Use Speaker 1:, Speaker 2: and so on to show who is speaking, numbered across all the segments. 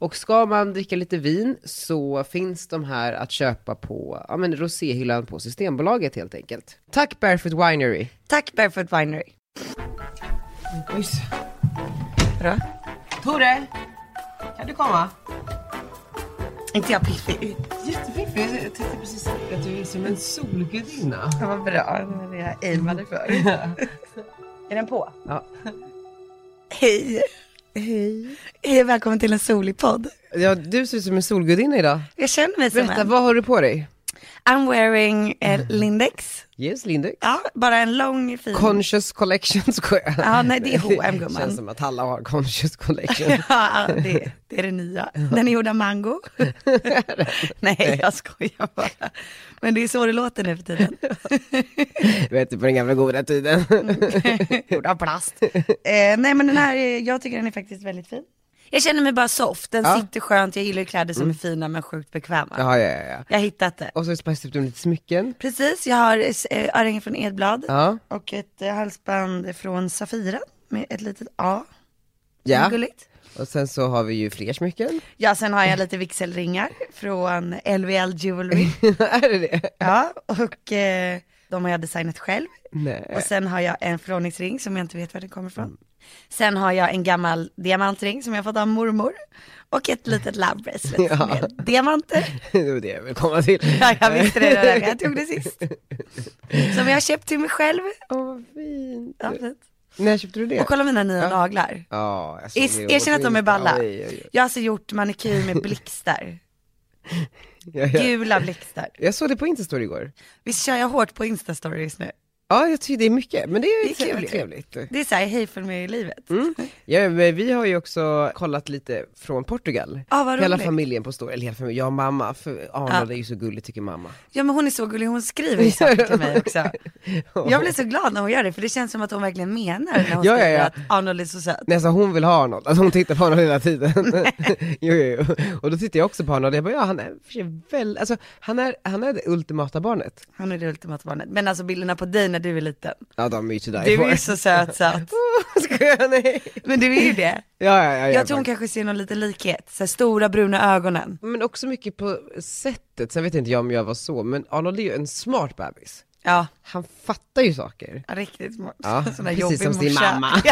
Speaker 1: Och ska man dricka lite vin så finns de här att köpa på ja, men roséhyllan på Systembolaget helt enkelt. Tack Barefoot Winery!
Speaker 2: Tack Barefoot Winery. Vadå?
Speaker 1: Tore! Kan du komma?
Speaker 2: Inte jag piffig ut.
Speaker 1: Jättefiffig, jag tänkte precis att du är som en solgudinna.
Speaker 2: Vad bra, det var det jag aimade för. är den på?
Speaker 1: Ja.
Speaker 2: Hej! Hej! Hej och välkommen till en solig podd.
Speaker 1: ja, du ser ut som en solgudinna idag.
Speaker 2: Jag känner mig som
Speaker 1: Berätta,
Speaker 2: en.
Speaker 1: vad har du på dig?
Speaker 2: I'm wearing eh, Lindex.
Speaker 1: Yes, Lindex.
Speaker 2: Ja, bara en lång fin.
Speaker 1: Conscious Collection skojar jag.
Speaker 2: Ja, nej, det är H&M,
Speaker 1: Det
Speaker 2: gumman.
Speaker 1: känns som att alla har Conscious Collection.
Speaker 2: Ja, det, det är det nya. Den är gjord av mango. Nej, jag skojar bara. Men det är så det låter nu för tiden.
Speaker 1: Du vet, på den gamla goda tiden.
Speaker 2: Mm. gjord av plast. Eh, nej, men den här, är- jag tycker den är faktiskt väldigt fin. Jag känner mig bara soft, den
Speaker 1: Ja.
Speaker 2: sitter skönt, jag gillar ju kläder som är fina men sjukt bekväma.
Speaker 1: ja, ja, ja, ja.
Speaker 2: Jag har hittat det.
Speaker 1: Och så har du spiced upp dem lite smycken.
Speaker 2: Precis, jag har eh, örhängen från Edblad
Speaker 1: Ja,
Speaker 2: och ett eh, halsband från Safira med ett litet A.
Speaker 1: ja.
Speaker 2: Gulligt.
Speaker 1: Och sen så har vi ju fler smycken.
Speaker 2: Ja, sen har jag lite vigselringar från LVL Jewelry.
Speaker 1: är det det?
Speaker 2: Ja, och eh, de har jag designat själv. Och
Speaker 1: Nej.
Speaker 2: sen har jag en förlovningsring som jag inte vet var den kommer
Speaker 1: Mm.
Speaker 2: ifrån. Sen har jag en gammal diamantring som jag fått av mormor. Och ett litet love bracelet
Speaker 1: Ja.
Speaker 2: med diamanter.
Speaker 1: det var det jag ville komma till.
Speaker 2: Ja, jag visste det redan, jag tog det sist. Som jag har köpt till mig själv.
Speaker 1: Åh, vad fint.
Speaker 2: Ja, fint.
Speaker 1: När köpte du det?
Speaker 2: Och kolla mina nya
Speaker 1: Ja.
Speaker 2: naglar.
Speaker 1: Ja, jag såg
Speaker 2: Is-
Speaker 1: det.
Speaker 2: Erkänn att de är balla.
Speaker 1: Oj, oj, oj.
Speaker 2: Jag har alltså gjort manikyr med blixtar.
Speaker 1: Ja, ja.
Speaker 2: Gula blixtar.
Speaker 1: Jag såg det på Instastory igår.
Speaker 2: Visst kör jag hårt på instastories nu?
Speaker 1: Ja, jag tycker det är mycket, men det är,
Speaker 2: Det är kul.
Speaker 1: trevligt. trevligt.
Speaker 2: Det är så här, hej för mig i livet.
Speaker 1: Mm. Ja, men vi har ju också kollat lite från Portugal.
Speaker 2: Ah, vad
Speaker 1: hela
Speaker 2: roligt.
Speaker 1: familjen på stor, eller hela familjen, jag och mamma, för Arnold är ju så gullig tycker mamma.
Speaker 2: Ja men hon är så gullig, hon skriver ju saker till mig också. Jag blir så glad när hon gör det, för det känns som att hon verkligen menar när hon
Speaker 1: Ja, ja,
Speaker 2: skriver
Speaker 1: ja.
Speaker 2: att Arnold är så söt.
Speaker 1: Nej, så hon vill ha Arnold, alltså hon tittar på Arnold hela tiden. jo, jo, jo. Och då tittar jag också på Arnold, jag bara ja han är för sig väl, alltså han är, han är det ultimata barnet.
Speaker 2: Han är det ultimata barnet. Men alltså bilderna på dig när du är liten.
Speaker 1: Ja de är ju to die
Speaker 2: Du
Speaker 1: for.
Speaker 2: är ju så söt söt.
Speaker 1: Skojar ni?
Speaker 2: Men du är ju det.
Speaker 1: Ja, ja, ja, ja,
Speaker 2: Jag tror hon kanske ser någon liten likhet. Så här, stora bruna ögonen.
Speaker 1: Men också mycket på sättet, sen vet inte jag om jag var så, men Arnold är ju en smart bebis.
Speaker 2: Ja,
Speaker 1: Han fattar ju saker.
Speaker 2: riktigt smart.
Speaker 1: Ja,
Speaker 2: Sån där jobbig
Speaker 1: precis som sin
Speaker 2: morsa.
Speaker 1: mamma.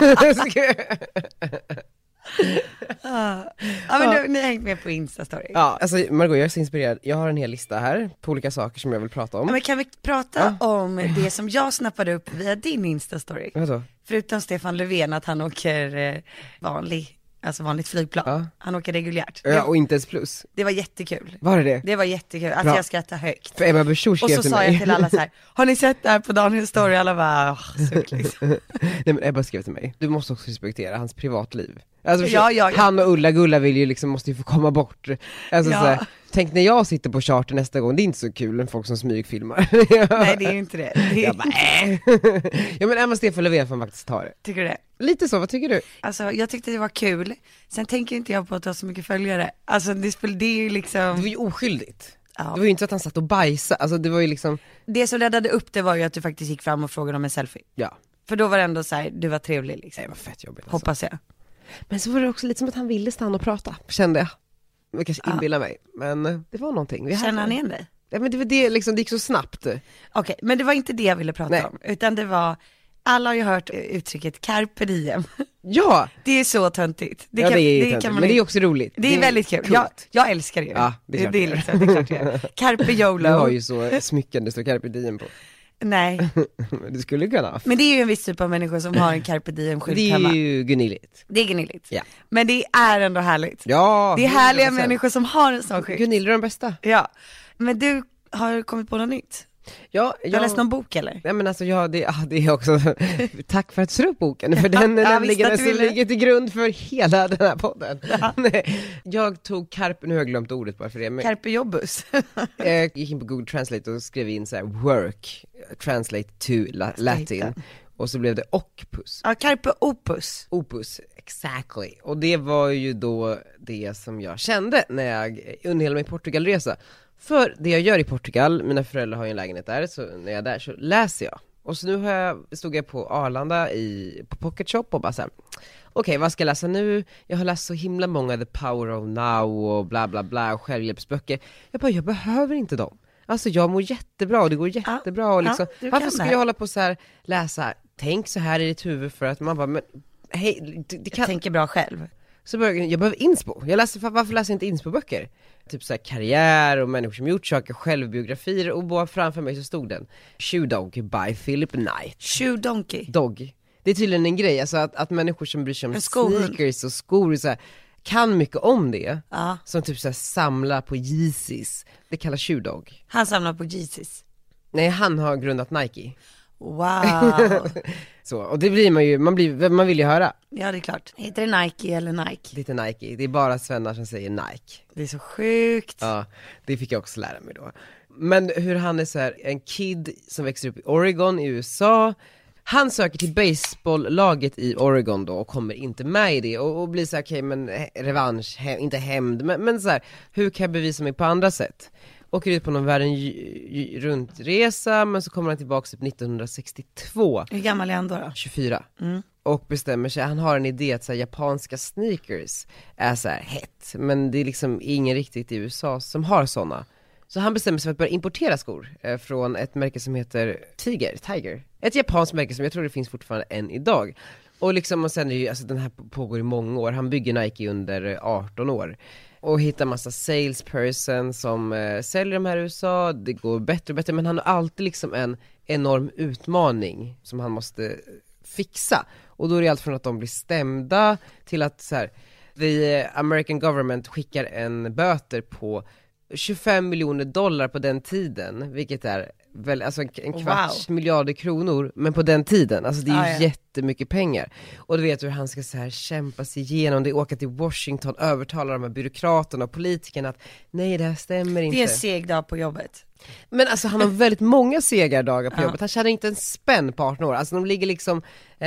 Speaker 2: Ja men du, ni har hängt med på Instastory. Ja.
Speaker 1: ja, alltså Margot jag är så inspirerad, jag har en hel lista här på olika saker som jag vill prata om.
Speaker 2: Men kan vi prata om det som jag snappade upp via din Instastory?
Speaker 1: Vadå?
Speaker 2: Förutom Stefan Löfven att han åker eh, vanlig, alltså vanligt flygplan.
Speaker 1: Ja.
Speaker 2: Han åker reguljärt.
Speaker 1: Ja, och inte ens plus.
Speaker 2: Det var jättekul.
Speaker 1: Var det det?
Speaker 2: Det var jättekul, alltså
Speaker 1: Bra.
Speaker 2: jag skrattade högt.
Speaker 1: För Ebba Busch skrev
Speaker 2: Och så
Speaker 1: till
Speaker 2: sa
Speaker 1: mig.
Speaker 2: jag till alla så här, har ni sett det här på Daniels story? Alla bara, "Åh, suck liksom.
Speaker 1: Nej men Ebba skrev till mig, du måste också respektera hans privatliv. Alltså,
Speaker 2: Ja,
Speaker 1: förstå-
Speaker 2: ja, ja.
Speaker 1: Han och Ulla-Gulla vill ju liksom, måste ju få komma bort. Alltså,
Speaker 2: Ja.
Speaker 1: så här, tänk när jag sitter på charter nästa gång, det är inte så kul när folk som smygfilmar.
Speaker 2: Nej det är ju inte det. det är,
Speaker 1: Jag bara, äh. Ja men Emma Stefan Löfven får faktiskt ta det.
Speaker 2: Tycker du det?
Speaker 1: Lite så, vad tycker du?
Speaker 2: Alltså jag tyckte det var kul, sen tänker inte jag på att du har så mycket följare. Alltså det, spel, det är ju
Speaker 1: Det
Speaker 2: liksom,
Speaker 1: var ju oskyldigt.
Speaker 2: Ja.
Speaker 1: Det var ju inte så att han satt och bajsade, alltså det var ju liksom,
Speaker 2: det som räddade upp det var ju att du faktiskt gick fram och frågade om en selfie.
Speaker 1: ja.
Speaker 2: För då var det ändå så här, du var trevlig liksom.
Speaker 1: Det var fett jobbigt alltså.
Speaker 2: Hoppas jag.
Speaker 1: Men så var det också lite som att han ville stanna och prata, kände jag. Jag kanske inbillar mig, men eh, det var någonting. Vi hade-
Speaker 2: Känner han igen dig?
Speaker 1: Ja men det var det liksom, det gick så snabbt.
Speaker 2: Okej, men det var inte det jag ville prata
Speaker 1: Nej.
Speaker 2: om, utan det var, alla har ju hört eh, uttrycket carpe diem.
Speaker 1: Ja!
Speaker 2: Det är så töntigt.
Speaker 1: Det ja det är
Speaker 2: kan
Speaker 1: det
Speaker 2: man
Speaker 1: men det
Speaker 2: inte-
Speaker 1: är också roligt.
Speaker 2: Det är väldigt kul.
Speaker 1: coolt.
Speaker 2: Jag, jag älskar det ju.
Speaker 1: Ja, det är klart
Speaker 2: det,
Speaker 1: du
Speaker 2: är
Speaker 1: gör.
Speaker 2: liksom, det är klart jag gör. Carpe
Speaker 1: Du har
Speaker 2: YOLO.
Speaker 1: ju så smycken det står carpe diem på.
Speaker 2: Nej,
Speaker 1: Du skulle kunna ha haft.
Speaker 2: men det är ju en viss typ av människor som har en carpe diem-skylt
Speaker 1: Det är
Speaker 2: hemma.
Speaker 1: ju gunilligt.
Speaker 2: Det är gnilligt.
Speaker 1: Ja.
Speaker 2: Men det är ändå härligt.
Speaker 1: Ja!
Speaker 2: Det är härliga
Speaker 1: 100%.
Speaker 2: människor som har en sån skylt.
Speaker 1: Gunilla är de bästa.
Speaker 2: Ja. Men du har kommit på något nytt?
Speaker 1: Ja,
Speaker 2: Du
Speaker 1: jag...
Speaker 2: har läst någon bok eller?
Speaker 1: Nej men alltså ja, det, ja, det är också, tack för att du slog upp boken, för den är
Speaker 2: Ja, visst
Speaker 1: nämligen
Speaker 2: att
Speaker 1: den
Speaker 2: du
Speaker 1: som
Speaker 2: ville.
Speaker 1: ligger till grund för hela den här podden. Nej, jag tog carpe, nu har jag glömt ordet bara för det, men
Speaker 2: Carpe jobbus.
Speaker 1: jag gick in på Google Translate och skrev in så här work, translate to la, latin, och så blev det occupus,
Speaker 2: ja, carpe opus.
Speaker 1: opus, exactly. Och det var ju då det som jag kände när jag under hela min Portugalresa. För det jag gör i Portugal, mina föräldrar har ju en lägenhet där, så när jag är där så läser jag. Och så nu har jag, stod jag på Arlanda i, på Pocket Shop och bara såhär, okej vad ska jag läsa nu? Jag har läst så himla många The Power of Now och bla bla bla, och självhjälpsböcker. Jag bara, jag behöver inte dem. Alltså jag mår jättebra och det går jättebra och
Speaker 2: ja,
Speaker 1: liksom,
Speaker 2: du kan
Speaker 1: varför ska
Speaker 2: det.
Speaker 1: jag hålla på så här läsa, tänk så här i ditt huvud för att man bara, men hej, det, det
Speaker 2: Jag
Speaker 1: kan,
Speaker 2: tänker bra själv.
Speaker 1: så började jag, jag behöver inspo, jag läser, fa- varför läser jag inte inspo-böcker? Typ såhär karriär och människor som gjort saker, självbiografier och bara framför mig så stod den, Shoe Dog by Philip Knight.
Speaker 2: Shoe donkey.
Speaker 1: Dog. Det är tydligen en grej, alltså att, att människor som bryr sig om
Speaker 2: En skohund.
Speaker 1: sneakers och skor och så här, kan mycket om det,
Speaker 2: Ja,
Speaker 1: som typ såhär samlar på Yeezys, det kallas Shoe Dog.
Speaker 2: han samlar på Jesus.
Speaker 1: Nej han har grundat Nike.
Speaker 2: Wow.
Speaker 1: Så, och det blir man ju, man, blir, man vill ju höra
Speaker 2: Ja, det är klart. Heter det Nike eller Nike?
Speaker 1: lite Nike, det är bara svennar som säger Nike.
Speaker 2: Det är så sjukt.
Speaker 1: Ja, det fick jag också lära mig då. Men hur han är så här, en kid som växer upp i Oregon i USA, han söker till baseballlaget i Oregon då och kommer inte med i det och, och blir så här, okej men he- revansch, he, inte hämnd, men, men så här, hur kan jag bevisa mig på andra sätt? Åker ut på någon världen ju- ju- runt-resa, men så kommer han tillbaks typ 1962
Speaker 2: Hur gammal är han då? då?
Speaker 1: 24 och bestämmer sig, han har en idé att så här, japanska sneakers är så här hett, men det är liksom ingen riktigt i USA som har sådana. Så han bestämmer sig för att börja importera skor eh, från ett märke som heter Tiger, Tiger. Ett japanskt märke som jag tror det finns fortfarande än idag. Och liksom, och sen är det ju, alltså den här pågår i många år, han bygger Nike under eh, 18 år. Och hittar massa salesperson som eh, säljer de här i USA, det går bättre och bättre, men han har alltid liksom en enorm utmaning som han måste eh, fixa. Och då är det allt från att de blir stämda till att så här, the eh, American government skickar en böter på 25 miljoner dollar på den tiden, vilket är väl, alltså en, en
Speaker 2: Wow.
Speaker 1: kvarts miljarder kronor, men på den tiden, alltså det är ju
Speaker 2: Ah, ja.
Speaker 1: jättemycket pengar. Och du vet hur han ska så här kämpa sig igenom det, åka till Washington, övertala de här byråkraterna och politikerna att nej det här stämmer inte.
Speaker 2: Det är en seg dag på jobbet.
Speaker 1: Men alltså han har väldigt många segare dagar på
Speaker 2: Ja.
Speaker 1: jobbet, han tjänar inte en spänn på 18 år. Alltså de ligger liksom, eh,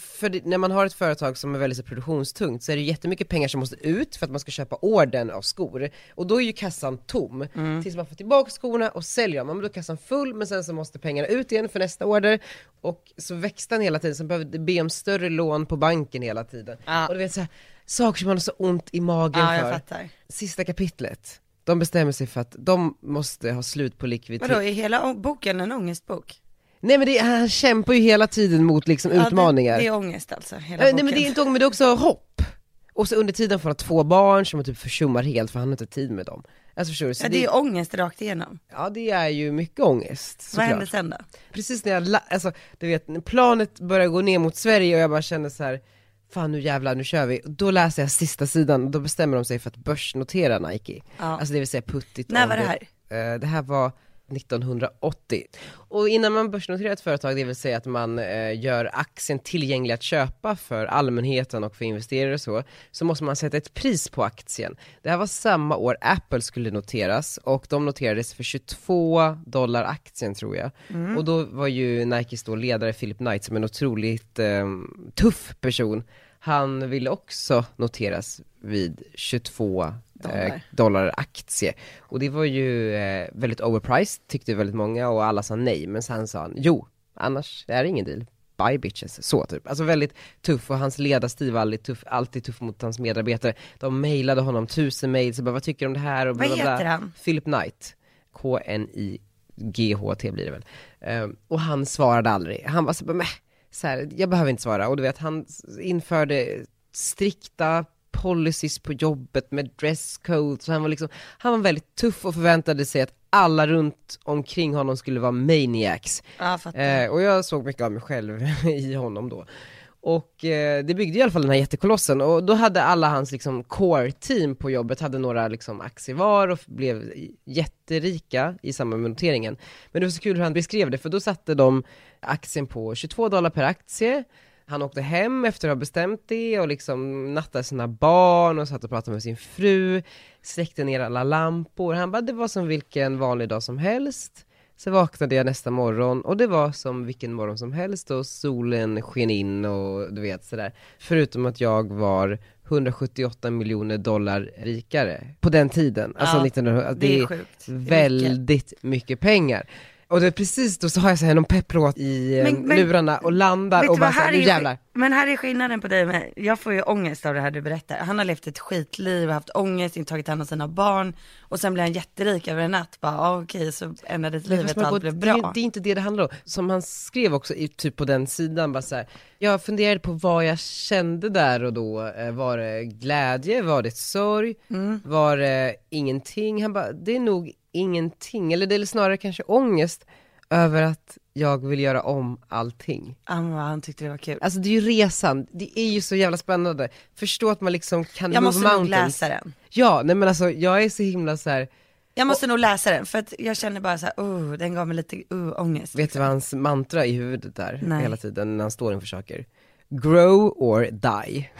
Speaker 1: för det, när man har ett företag som är väldigt så produktionstungt så är det jättemycket pengar som måste ut för att man ska köpa orden av skor. Och då är ju kassan tom,
Speaker 2: Mm.
Speaker 1: tills man får tillbaka skorna och säljer dem. Ja, Men då är kassan full, men sen så måste pengarna ut igen för nästa order. Och så växte han hela tiden, så han behövde be om större lån på banken hela tiden.
Speaker 2: Ja.
Speaker 1: Och du vet så här, saker som man har så ont i magen
Speaker 2: Ja, jag
Speaker 1: för.
Speaker 2: fattar.
Speaker 1: Sista kapitlet. De bestämmer sig för att de måste ha slut på likviditet.
Speaker 2: Vadå, är hela å- boken en ångestbok?
Speaker 1: Nej men det, han kämpar ju hela tiden mot liksom utmaningar.
Speaker 2: Ja, det, det är ångest alltså, hela
Speaker 1: Nej
Speaker 2: boken.
Speaker 1: men det är inte ångest, men det är också hopp. Och så under tiden får han två barn som han typ försummar helt för han har inte tid med dem. Alltså förstår du? Så
Speaker 2: ja, det
Speaker 1: det,
Speaker 2: är ångest rakt igenom.
Speaker 1: ja det är ju mycket ångest
Speaker 2: Vad
Speaker 1: såklart.
Speaker 2: hände sen då?
Speaker 1: Precis när jag, la- alltså du vet, när planet börjar gå ner mot Sverige och jag bara känner så här. Fan nu jävlar, nu kör vi. Då läser jag sista sidan och då bestämmer de sig för att börsnotera Nike.
Speaker 2: Ja.
Speaker 1: Alltså det vill säga puttigt
Speaker 2: När
Speaker 1: om
Speaker 2: var det här?
Speaker 1: Eh, Det här var 1980. Och innan man börsnoterar ett företag, det vill säga att man eh, gör aktien tillgänglig att köpa för allmänheten och för investerare och så, så måste man sätta ett pris på aktien. Det här var samma år Apple skulle noteras och de noterades för 22 dollar aktien tror jag. Och då var ju Nikes då ledare Philip Knight som en otroligt eh, tuff person. Han ville också noteras vid 22
Speaker 2: Dollar.
Speaker 1: Eh, dollar aktie. Och det var ju eh, väldigt overpriced tyckte väldigt många och alla sa nej. Men sen sa han jo, annars är det ingen deal. Bye bitches, så typ. Alltså väldigt tuff och hans ledarstil var alltid tuff, alltid tuff mot hans medarbetare. De mejlade honom tusen mejl, så bara vad tycker du om det här? Och
Speaker 2: Vad
Speaker 1: bla, bla, bla.
Speaker 2: heter han?
Speaker 1: Philip Knight. K-N-I-G-H-T blir det väl. Ehm, och han svarade aldrig. Han var så bara, "Mäh." så här, jag behöver inte svara. Och du vet, han s- införde strikta policies på jobbet med dresscode. Så han var liksom, han var väldigt tuff och förväntade sig att alla runt omkring honom skulle vara maniacs.
Speaker 2: Ja, jag fattar.
Speaker 1: Eh, och jag såg mycket av mig själv i honom då. Och eh, det byggde i alla fall den här jättekolossen och då hade alla hans liksom core team på jobbet, hade några liksom aktier var och blev jätterika i samband med noteringen. Men det var så kul hur han beskrev det, för då satte de aktien på 22 dollar per aktie, han åkte hem efter att ha bestämt det och liksom nattade sina barn och satt och pratade med sin fru, släckte ner alla lampor. Han bara, det var som vilken vanlig dag som helst. Så vaknade jag nästa morgon och det var som vilken morgon som helst och solen sken in och du vet sådär. Förutom att jag var 178 miljoner dollar rikare på den tiden. Alltså
Speaker 2: Ja,
Speaker 1: 1900,
Speaker 2: det är
Speaker 1: det är
Speaker 2: sjukt. Det är mycket.
Speaker 1: väldigt mycket pengar. Och det är precis då så har jag så här någon pepplåt i eh,
Speaker 2: Men- men-
Speaker 1: lurarna och
Speaker 2: Vet
Speaker 1: landar
Speaker 2: du
Speaker 1: och bara
Speaker 2: vad,
Speaker 1: så här,
Speaker 2: här
Speaker 1: nu
Speaker 2: är,
Speaker 1: jävlar.
Speaker 2: men här är skillnaden på dig och mig. Jag får ju ångest av det här du berättar. Han har levt ett skitliv, haft ångest, inte tagit hand om sina barn och sen blir han jätterik över en natt. Bara ah, okej, så ändrades
Speaker 1: Men
Speaker 2: livet
Speaker 1: fast
Speaker 2: och
Speaker 1: Margot,
Speaker 2: allt blev
Speaker 1: Det,
Speaker 2: bra.
Speaker 1: är- det är inte det det handlar om. Som han skrev också i, typ på den sidan, bara så här, jag funderade på vad jag kände där och då. Eh, Var det glädje? Var det sorg?
Speaker 2: Mm.
Speaker 1: Var det ingenting? Han bara, det är nog ingenting. Eller det är snarare kanske ångest över att jag vill göra om allting.
Speaker 2: Ah, men vad han tyckte det var kul.
Speaker 1: Alltså det är ju resan, det är ju så jävla spännande. Förstå att man liksom kan
Speaker 2: Jag
Speaker 1: move
Speaker 2: måste nog
Speaker 1: mountains.
Speaker 2: läsa den.
Speaker 1: Ja, nej men alltså jag är så himla så här.
Speaker 2: Jag måste nog läsa den för att jag känner bara så här, oh, den gav mig lite oh, ångest.
Speaker 1: Vet du vad hans mantra i huvudet där
Speaker 2: Nej.
Speaker 1: hela tiden när han står inför saker? Grow or die.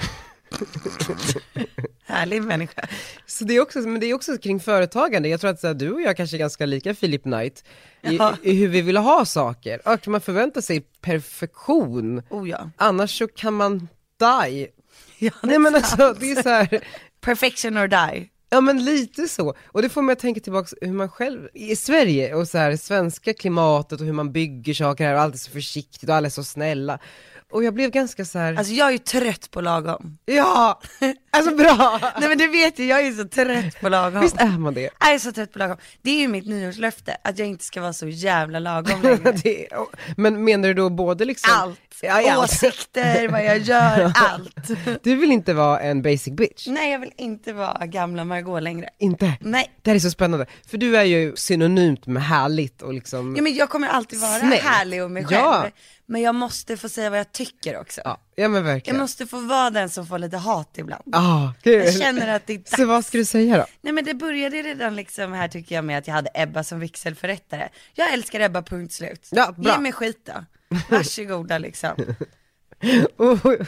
Speaker 2: Härlig människa.
Speaker 1: Så det är också, men det är också kring företagande, jag tror att så här, du och jag kanske är ganska lika Philip Knight i,
Speaker 2: Ja.
Speaker 1: i hur vi vill ha saker. Och man förväntar sig perfektion,
Speaker 2: Oh ja.
Speaker 1: annars så kan man die.
Speaker 2: ja
Speaker 1: Nej men alltså det är så här,
Speaker 2: Perfection or die.
Speaker 1: Ja men lite så, och det får mig att tänka tillbaka hur man själv, i Sverige och så här svenska klimatet och hur man bygger saker här och allt är så försiktigt och alla är så snälla. Och jag blev ganska så här.
Speaker 2: Alltså jag är ju trött på lagom.
Speaker 1: ja, alltså bra!
Speaker 2: Nej men du vet ju, jag är så trött på lagom.
Speaker 1: Visst är man det?
Speaker 2: Jag är så trött på lagom. Det är ju mitt nyårslöfte, att jag inte ska vara så jävla lagom längre.
Speaker 1: det är, men menar du då både liksom
Speaker 2: Allt.
Speaker 1: Ja, ja, alltså,
Speaker 2: Åsikter, vad jag gör, allt.
Speaker 1: du vill inte vara en basic bitch?
Speaker 2: Nej jag vill inte vara gamla Margot längre.
Speaker 1: Inte?
Speaker 2: Nej.
Speaker 1: Det här är så spännande, för du är ju synonymt med härligt och liksom
Speaker 2: Ja, men jag kommer alltid vara
Speaker 1: Snällt.
Speaker 2: härlig och mig själv.
Speaker 1: Ja.
Speaker 2: Men jag måste få säga vad jag tycker också.
Speaker 1: ja, ja men
Speaker 2: Jag
Speaker 1: verkligen.
Speaker 2: måste få vara den som får lite hat ibland.
Speaker 1: Ah, kul.
Speaker 2: Jag känner att det är dags.
Speaker 1: Så vad ska du säga då?
Speaker 2: Nej men det började redan liksom här tycker jag med att jag hade Ebba som vigselförrättare. Jag älskar Ebba, punkt slut.
Speaker 1: Ja, bra.
Speaker 2: Ge mig skit då. Varsågoda liksom.
Speaker 1: Oh,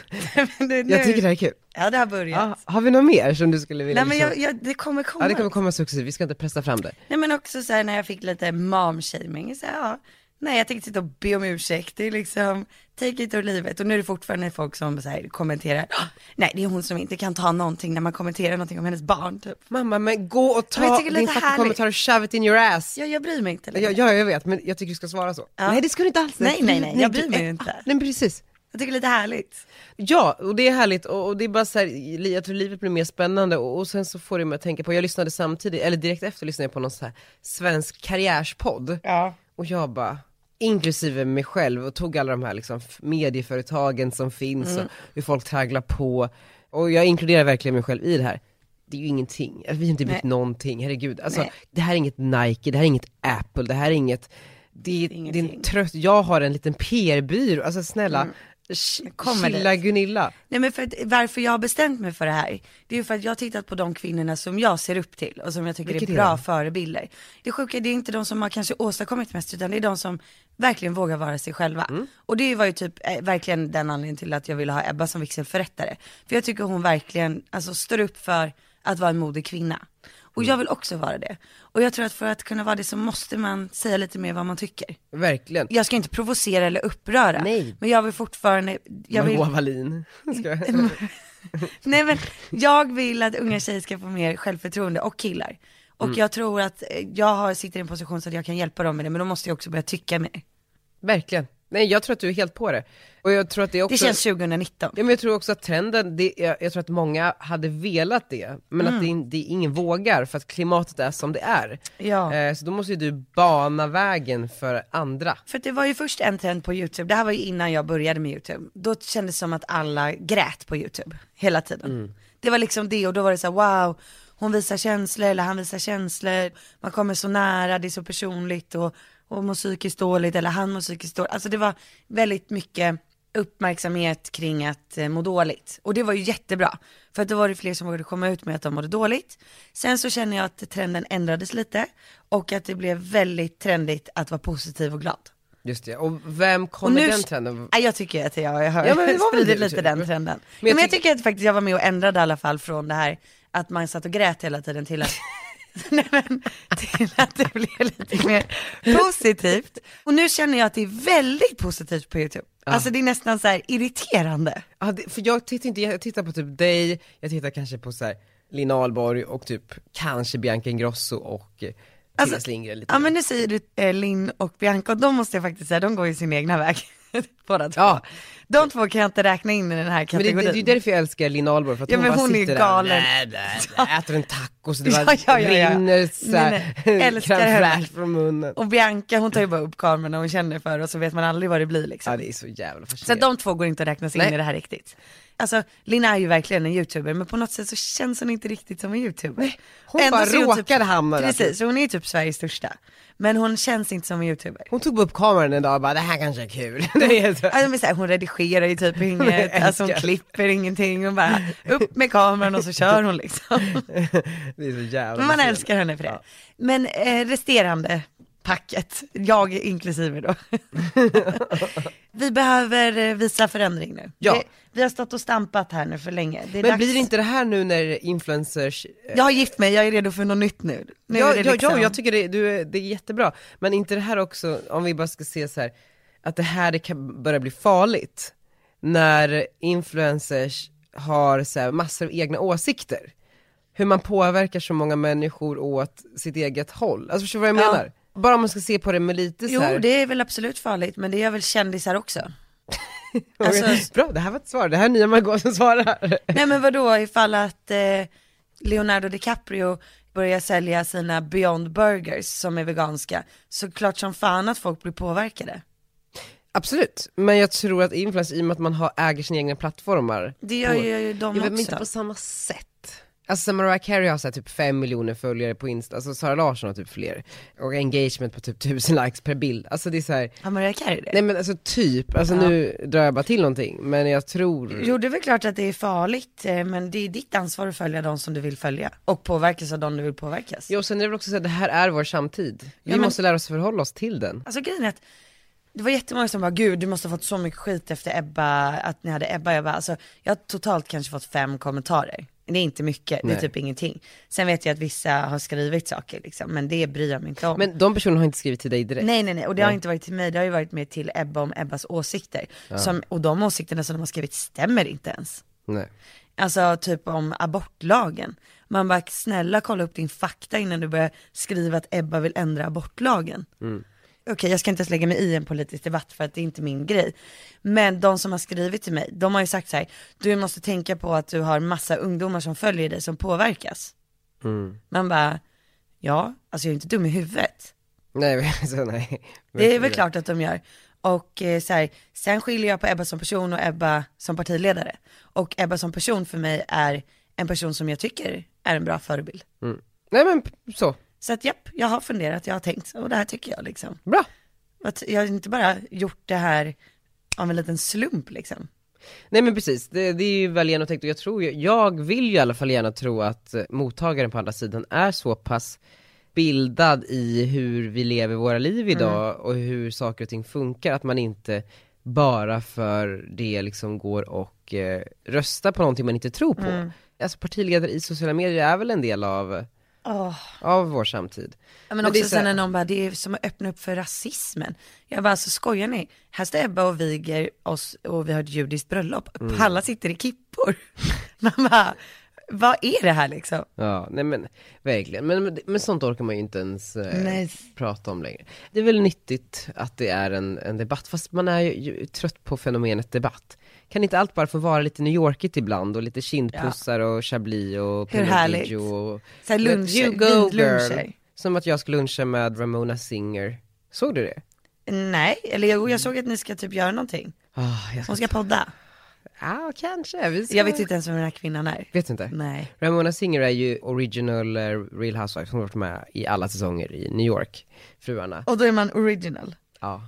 Speaker 2: Men det, nu,
Speaker 1: jag tycker det här är kul.
Speaker 2: Ja det har börjat.
Speaker 1: Ja, har vi något mer som du skulle vilja?
Speaker 2: Nej men
Speaker 1: liksom-
Speaker 2: jag, jag, det kommer komma.
Speaker 1: ja, det kommer komma successivt, vi ska inte pressa fram det.
Speaker 2: Nej men också så här när jag fick lite momshaming, så här, ja, nej jag tänkte sitta och be om ursäkt, det är liksom take it or leave it. Och nu är det fortfarande folk som så här, kommenterar, "Ah, nej det är hon som inte kan ta någonting när man kommenterar någonting om hennes barn typ.
Speaker 1: Mamma men gå och
Speaker 2: Ja,
Speaker 1: ta
Speaker 2: jag tycker det är
Speaker 1: din
Speaker 2: lite
Speaker 1: fucking
Speaker 2: härligt.
Speaker 1: kommentar och shove it in your ass.
Speaker 2: Ja jag bryr mig inte
Speaker 1: Ja,
Speaker 2: längre.
Speaker 1: ja, jag vet, men jag tycker du ska svara så. Nej, det ska du inte alls.
Speaker 2: Nej, nej, nej, jag
Speaker 1: du-
Speaker 2: bryr mig
Speaker 1: eh,
Speaker 2: inte.
Speaker 1: ah, Nej, precis.
Speaker 2: Jag tycker det är lite härligt.
Speaker 1: Ja, och det är härligt och, och det är bara så här, li- jag tror livet blir mer spännande och, och sen så får det mig att tänka på, jag lyssnade samtidigt, eller direkt efter lyssnade jag på någon så här svensk karriärspodd.
Speaker 2: Ja.
Speaker 1: Och jag bara, inklusive mig själv, och tog alla de här liksom f- medieföretagen som finns
Speaker 2: Mm.
Speaker 1: och hur folk tragglar på. Och jag inkluderar verkligen mig själv i det här. Det är ju ingenting, Alltså, vi har inte byggt
Speaker 2: Nej.
Speaker 1: någonting, herregud. Alltså,
Speaker 2: Nej.
Speaker 1: det här är inget Nike, det här är inget Apple, det här är inget, det är, det är en
Speaker 2: Ingenting. Mm.
Speaker 1: trött, jag har en liten PR-byrå, alltså snälla, ch-
Speaker 2: Kommer dit.
Speaker 1: chilla Gunilla.
Speaker 2: Nej men för att, varför jag har bestämt mig för det här, det är ju för att jag har tittat på de kvinnorna som jag ser upp till och som jag tycker
Speaker 1: Vilket
Speaker 2: är
Speaker 1: är
Speaker 2: bra
Speaker 1: det?
Speaker 2: förebilder. Det sjuka är det är inte de som har kanske åstadkommit mest utan det är de som verkligen vågar vara sig själva. Och det var ju typ eh, verkligen den anledningen till att jag ville ha Ebba som vigselförrättare. För jag tycker hon verkligen alltså, står upp för att vara en modig kvinna. Och jag vill också vara det. Och jag tror att för att kunna vara det så måste man säga lite mer vad man tycker.
Speaker 1: Verkligen.
Speaker 2: Jag ska inte provocera eller uppröra.
Speaker 1: Nej.
Speaker 2: Men jag vill fortfarande, jag vill, Mm.
Speaker 1: Margoa Wallin. Ska jag-
Speaker 2: Nej men jag vill att unga tjejer ska få mer självförtroende och killar. Och jag tror att eh, jag har, sitter i en position så att jag kan hjälpa dem med det, men då måste jag också börja tycka mer.
Speaker 1: Verkligen. Nej, jag tror att du är helt på det. Och jag tror att det är också...
Speaker 2: Det känns 2019.
Speaker 1: Ja, men jag tror också att trenden, det, jag, jag tror att många hade velat det, men att det,
Speaker 2: Mm.
Speaker 1: in- det ingen vågar för att klimatet är som det är.
Speaker 2: Ja.
Speaker 1: Eh, så då måste ju du bana vägen för andra.
Speaker 2: För att det var ju först en trend på YouTube, det här var ju innan jag började med YouTube. Då kändes det som att alla grät på YouTube hela tiden. Det var liksom det och då var det så här, wow, hon visar känslor eller han visar känslor, man kommer så nära, det är så personligt och hon mår psykiskt dåligt eller han mår psykiskt dåligt. Alltså det var väldigt mycket uppmärksamhet kring att eh, må dåligt. Och det var ju jättebra. För att då var det fler som vågade komma ut med att de mådde dåligt. Sen så känner jag att trenden ändrades lite och att det blev väldigt trendigt att vara positiv och glad.
Speaker 1: Just det, och vem kom med den trenden?
Speaker 2: Nej, jag tycker att jag, jag har
Speaker 1: Ja, men det var väl
Speaker 2: spridit
Speaker 1: du,
Speaker 2: lite
Speaker 1: typ.
Speaker 2: den trenden. Men
Speaker 1: jag
Speaker 2: jag, men jag
Speaker 1: tycker-
Speaker 2: tycker att faktiskt jag var med och ändrade i alla fall från det här att man satt och grät hela tiden till att Nej, men, till att det blev lite mer positivt. Och nu känner jag att det är väldigt positivt på YouTube. Alltså det är nästan så här irriterande.
Speaker 1: Ja, det, för jag tittar inte, jag tittar på typ dig, jag tittar kanske på så här Lina Ahlborg och typ kanske Bianca Ingrosso och eh, Tilda Lindgren lite
Speaker 2: Alltså, Ja
Speaker 1: grann.
Speaker 2: men nu säger du eh, Linn och Bianca och de måste jag faktiskt säga, de går ju sin egna väg. Båda två.
Speaker 1: Ja.
Speaker 2: De två kan jag inte räkna in i den här
Speaker 1: Men det,
Speaker 2: kategorin.
Speaker 1: det, det är ju därför jag älskar Lina Ahlborg, för att
Speaker 2: Ja,
Speaker 1: hon
Speaker 2: men
Speaker 1: bara
Speaker 2: hon är ju
Speaker 1: sitter
Speaker 2: galen.
Speaker 1: där, nej, nej, nej, äter en taco så det
Speaker 2: Ja,
Speaker 1: bara
Speaker 2: ja, ja, ja.
Speaker 1: rinner såhär,
Speaker 2: Nej, nej,
Speaker 1: crème
Speaker 2: älskar henne.
Speaker 1: fraîche från munnen.
Speaker 2: Och Bianca hon tar ju bara upp kameran och hon känner för och så vet man aldrig vad det blir liksom.
Speaker 1: Ja det är så jävla
Speaker 2: Så att
Speaker 1: fascinerande.
Speaker 2: de två går inte att räknas in
Speaker 1: Nej.
Speaker 2: i det här riktigt. Alltså Lina är ju verkligen en youtuber men på något sätt så känns hon inte riktigt som en youtuber. Nej,
Speaker 1: hon bara råkade hamna där.
Speaker 2: där. typ- Precis, så hon är ju typ Sveriges största. Men hon känns inte som en youtuber.
Speaker 1: Hon tog upp kameran en dag och bara det här kanske är kul. det är så...
Speaker 2: Alltså, men så här, hon redigerar ju typ inget,
Speaker 1: älskar.
Speaker 2: alltså hon klipper ingenting, hon bara upp med kameran och så kör hon liksom.
Speaker 1: det är så jävla
Speaker 2: Men man
Speaker 1: fascinerande.
Speaker 2: älskar henne för det.
Speaker 1: Ja.
Speaker 2: Men eh, resterande packet, jag inklusive då. vi behöver eh, visa förändring nu.
Speaker 1: Ja.
Speaker 2: Det, vi har stått och stampat här nu för länge. Det är
Speaker 1: Men
Speaker 2: dags.
Speaker 1: blir inte det här nu när influencers
Speaker 2: Jag har gift mig, jag är redo för något nytt nu. nu
Speaker 1: ja,
Speaker 2: är det
Speaker 1: ja,
Speaker 2: liksom...
Speaker 1: ja, jag tycker det, du, är- det är jättebra. Men inte det här också, om vi bara ska se så här, att det här det kan börja bli farligt. När influencers har så här, massor av egna åsikter. Hur man påverkar så många människor åt sitt eget håll. Alltså förstår du vad jag
Speaker 2: Ja.
Speaker 1: menar? Bara om man ska se på det med lite så här.
Speaker 2: Jo, det är väl absolut farligt, men det gör väl kändisar också. alltså-
Speaker 1: Bra, det här var ett svar. Det här är nya Margot som svarar.
Speaker 2: Nej men vadå ifall att eh, Leonardo DiCaprio börjar sälja sina Beyond Burgers som är veganska, så klart som fan att folk blir påverkade.
Speaker 1: Absolut, men jag tror att influencers, i och med att man har, äger sina egna plattformar,
Speaker 2: Det gör ju de
Speaker 1: Ja, men
Speaker 2: också.
Speaker 1: inte på samma sätt. Alltså Mariah Carey har så här typ 5 miljoner följare på Insta, alltså Sara Larsson har typ fler. Och engagement på typ 1000 likes per bild. Alltså det är så här.
Speaker 2: Har Mariah Carey det?
Speaker 1: nej men alltså typ, alltså nu drar jag bara till någonting, men jag tror,
Speaker 2: Jo det är väl klart att det är farligt, eh, men det är ditt ansvar att följa de som du vill följa och påverkas av de du vill påverkas.
Speaker 1: jo sen är det väl också så här, det här är vår samtid. Vi
Speaker 2: Ja, men-
Speaker 1: måste lära oss förhålla oss till den.
Speaker 2: Alltså grejen är att det var jättemånga som bara, gud du måste ha fått så mycket skit efter Ebba, att ni hade Ebba. Jag bara, alltså jag har totalt kanske fått fem kommentarer. Det är inte mycket, det är
Speaker 1: Nej.
Speaker 2: typ ingenting. Sen vet jag att vissa har skrivit saker liksom, men det bryr jag mig inte om.
Speaker 1: Men de personerna har inte skrivit till dig direkt.
Speaker 2: Nej nej nej, och det har inte varit till mig, det har ju varit mer till Ebba om Ebbas åsikter. Som, och de åsikterna som de har skrivit stämmer inte ens.
Speaker 1: Nej.
Speaker 2: Alltså typ om abortlagen. Man bara, snälla kolla upp din fakta innan du börjar skriva att Ebba vill ändra abortlagen. Okej, jag ska inte ens lägga mig i en politisk debatt för att det är inte min grej. Men de som har skrivit till mig, de har ju sagt så här, du måste tänka på att du har massa ungdomar som följer dig som påverkas. Man bara, ja, alltså jag är inte dum i huvudet.
Speaker 1: Nej, så nej.
Speaker 2: Det är väl klart att de gör. Och eh, så här, sen skiljer jag på Ebba som person och Ebba som partiledare. Och Ebba som person för mig är en person som jag tycker är en bra förebild.
Speaker 1: Mm. Nej men p- så,
Speaker 2: Så att japp, jag har funderat, jag har tänkt, och det här tycker jag liksom.
Speaker 1: bra.
Speaker 2: Att jag har inte bara gjort det här av en liten slump liksom.
Speaker 1: Nej men precis, det, det är ju väl genomtänkt och jag tror ju, jag vill ju i alla fall gärna tro att eh, mottagaren på andra sidan är så pass bildad i hur vi lever våra liv idag
Speaker 2: Mm.
Speaker 1: och hur saker och ting funkar, att man inte bara för det liksom går och eh, röstar på någonting man inte tror på.
Speaker 2: Mm.
Speaker 1: Alltså partiledare i sociala medier är väl en del av,
Speaker 2: Åh.
Speaker 1: av vår samtid.
Speaker 2: Ja,
Speaker 1: Men
Speaker 2: men
Speaker 1: det är
Speaker 2: också
Speaker 1: så här-
Speaker 2: sen när någon bara, det är som att öppna upp för rasismen. Jag bara, alltså skojar ni? Här står Ebba och viger oss och vi har ett judiskt bröllop. Palla sitter i kippor. Man bara, vad är det här liksom?
Speaker 1: Ja, nej men verkligen. Men, men, men sånt orkar man ju inte ens eh,
Speaker 2: Nej.
Speaker 1: prata om längre. Det är väl nyttigt att det är en, en debatt, fast man är ju, ju trött på fenomenet debatt. Kan inte allt bara få vara lite New Yorkigt ibland och lite kindpussar och chablis och Pinot
Speaker 2: härligt.
Speaker 1: Grigio och...
Speaker 2: Så här
Speaker 1: Let
Speaker 2: luncher,
Speaker 1: you go
Speaker 2: vinluncher.
Speaker 1: girl. Som att jag ska luncha med Ramona Singer. Såg du det?
Speaker 2: Nej, eller jag,
Speaker 1: Mm.
Speaker 2: jag såg att ni ska typ göra någonting.
Speaker 1: Ah, jag ska...
Speaker 2: Hon ska podda.
Speaker 1: ah, kanske. Vi ska...
Speaker 2: Jag vet inte ens vem den här kvinnan är.
Speaker 1: Vet du inte?
Speaker 2: Nej.
Speaker 1: Ramona Singer är ju original eh, Real Housewives, hon har varit med i alla säsonger i New York, fruarna.
Speaker 2: Och då är man original.
Speaker 1: Ja.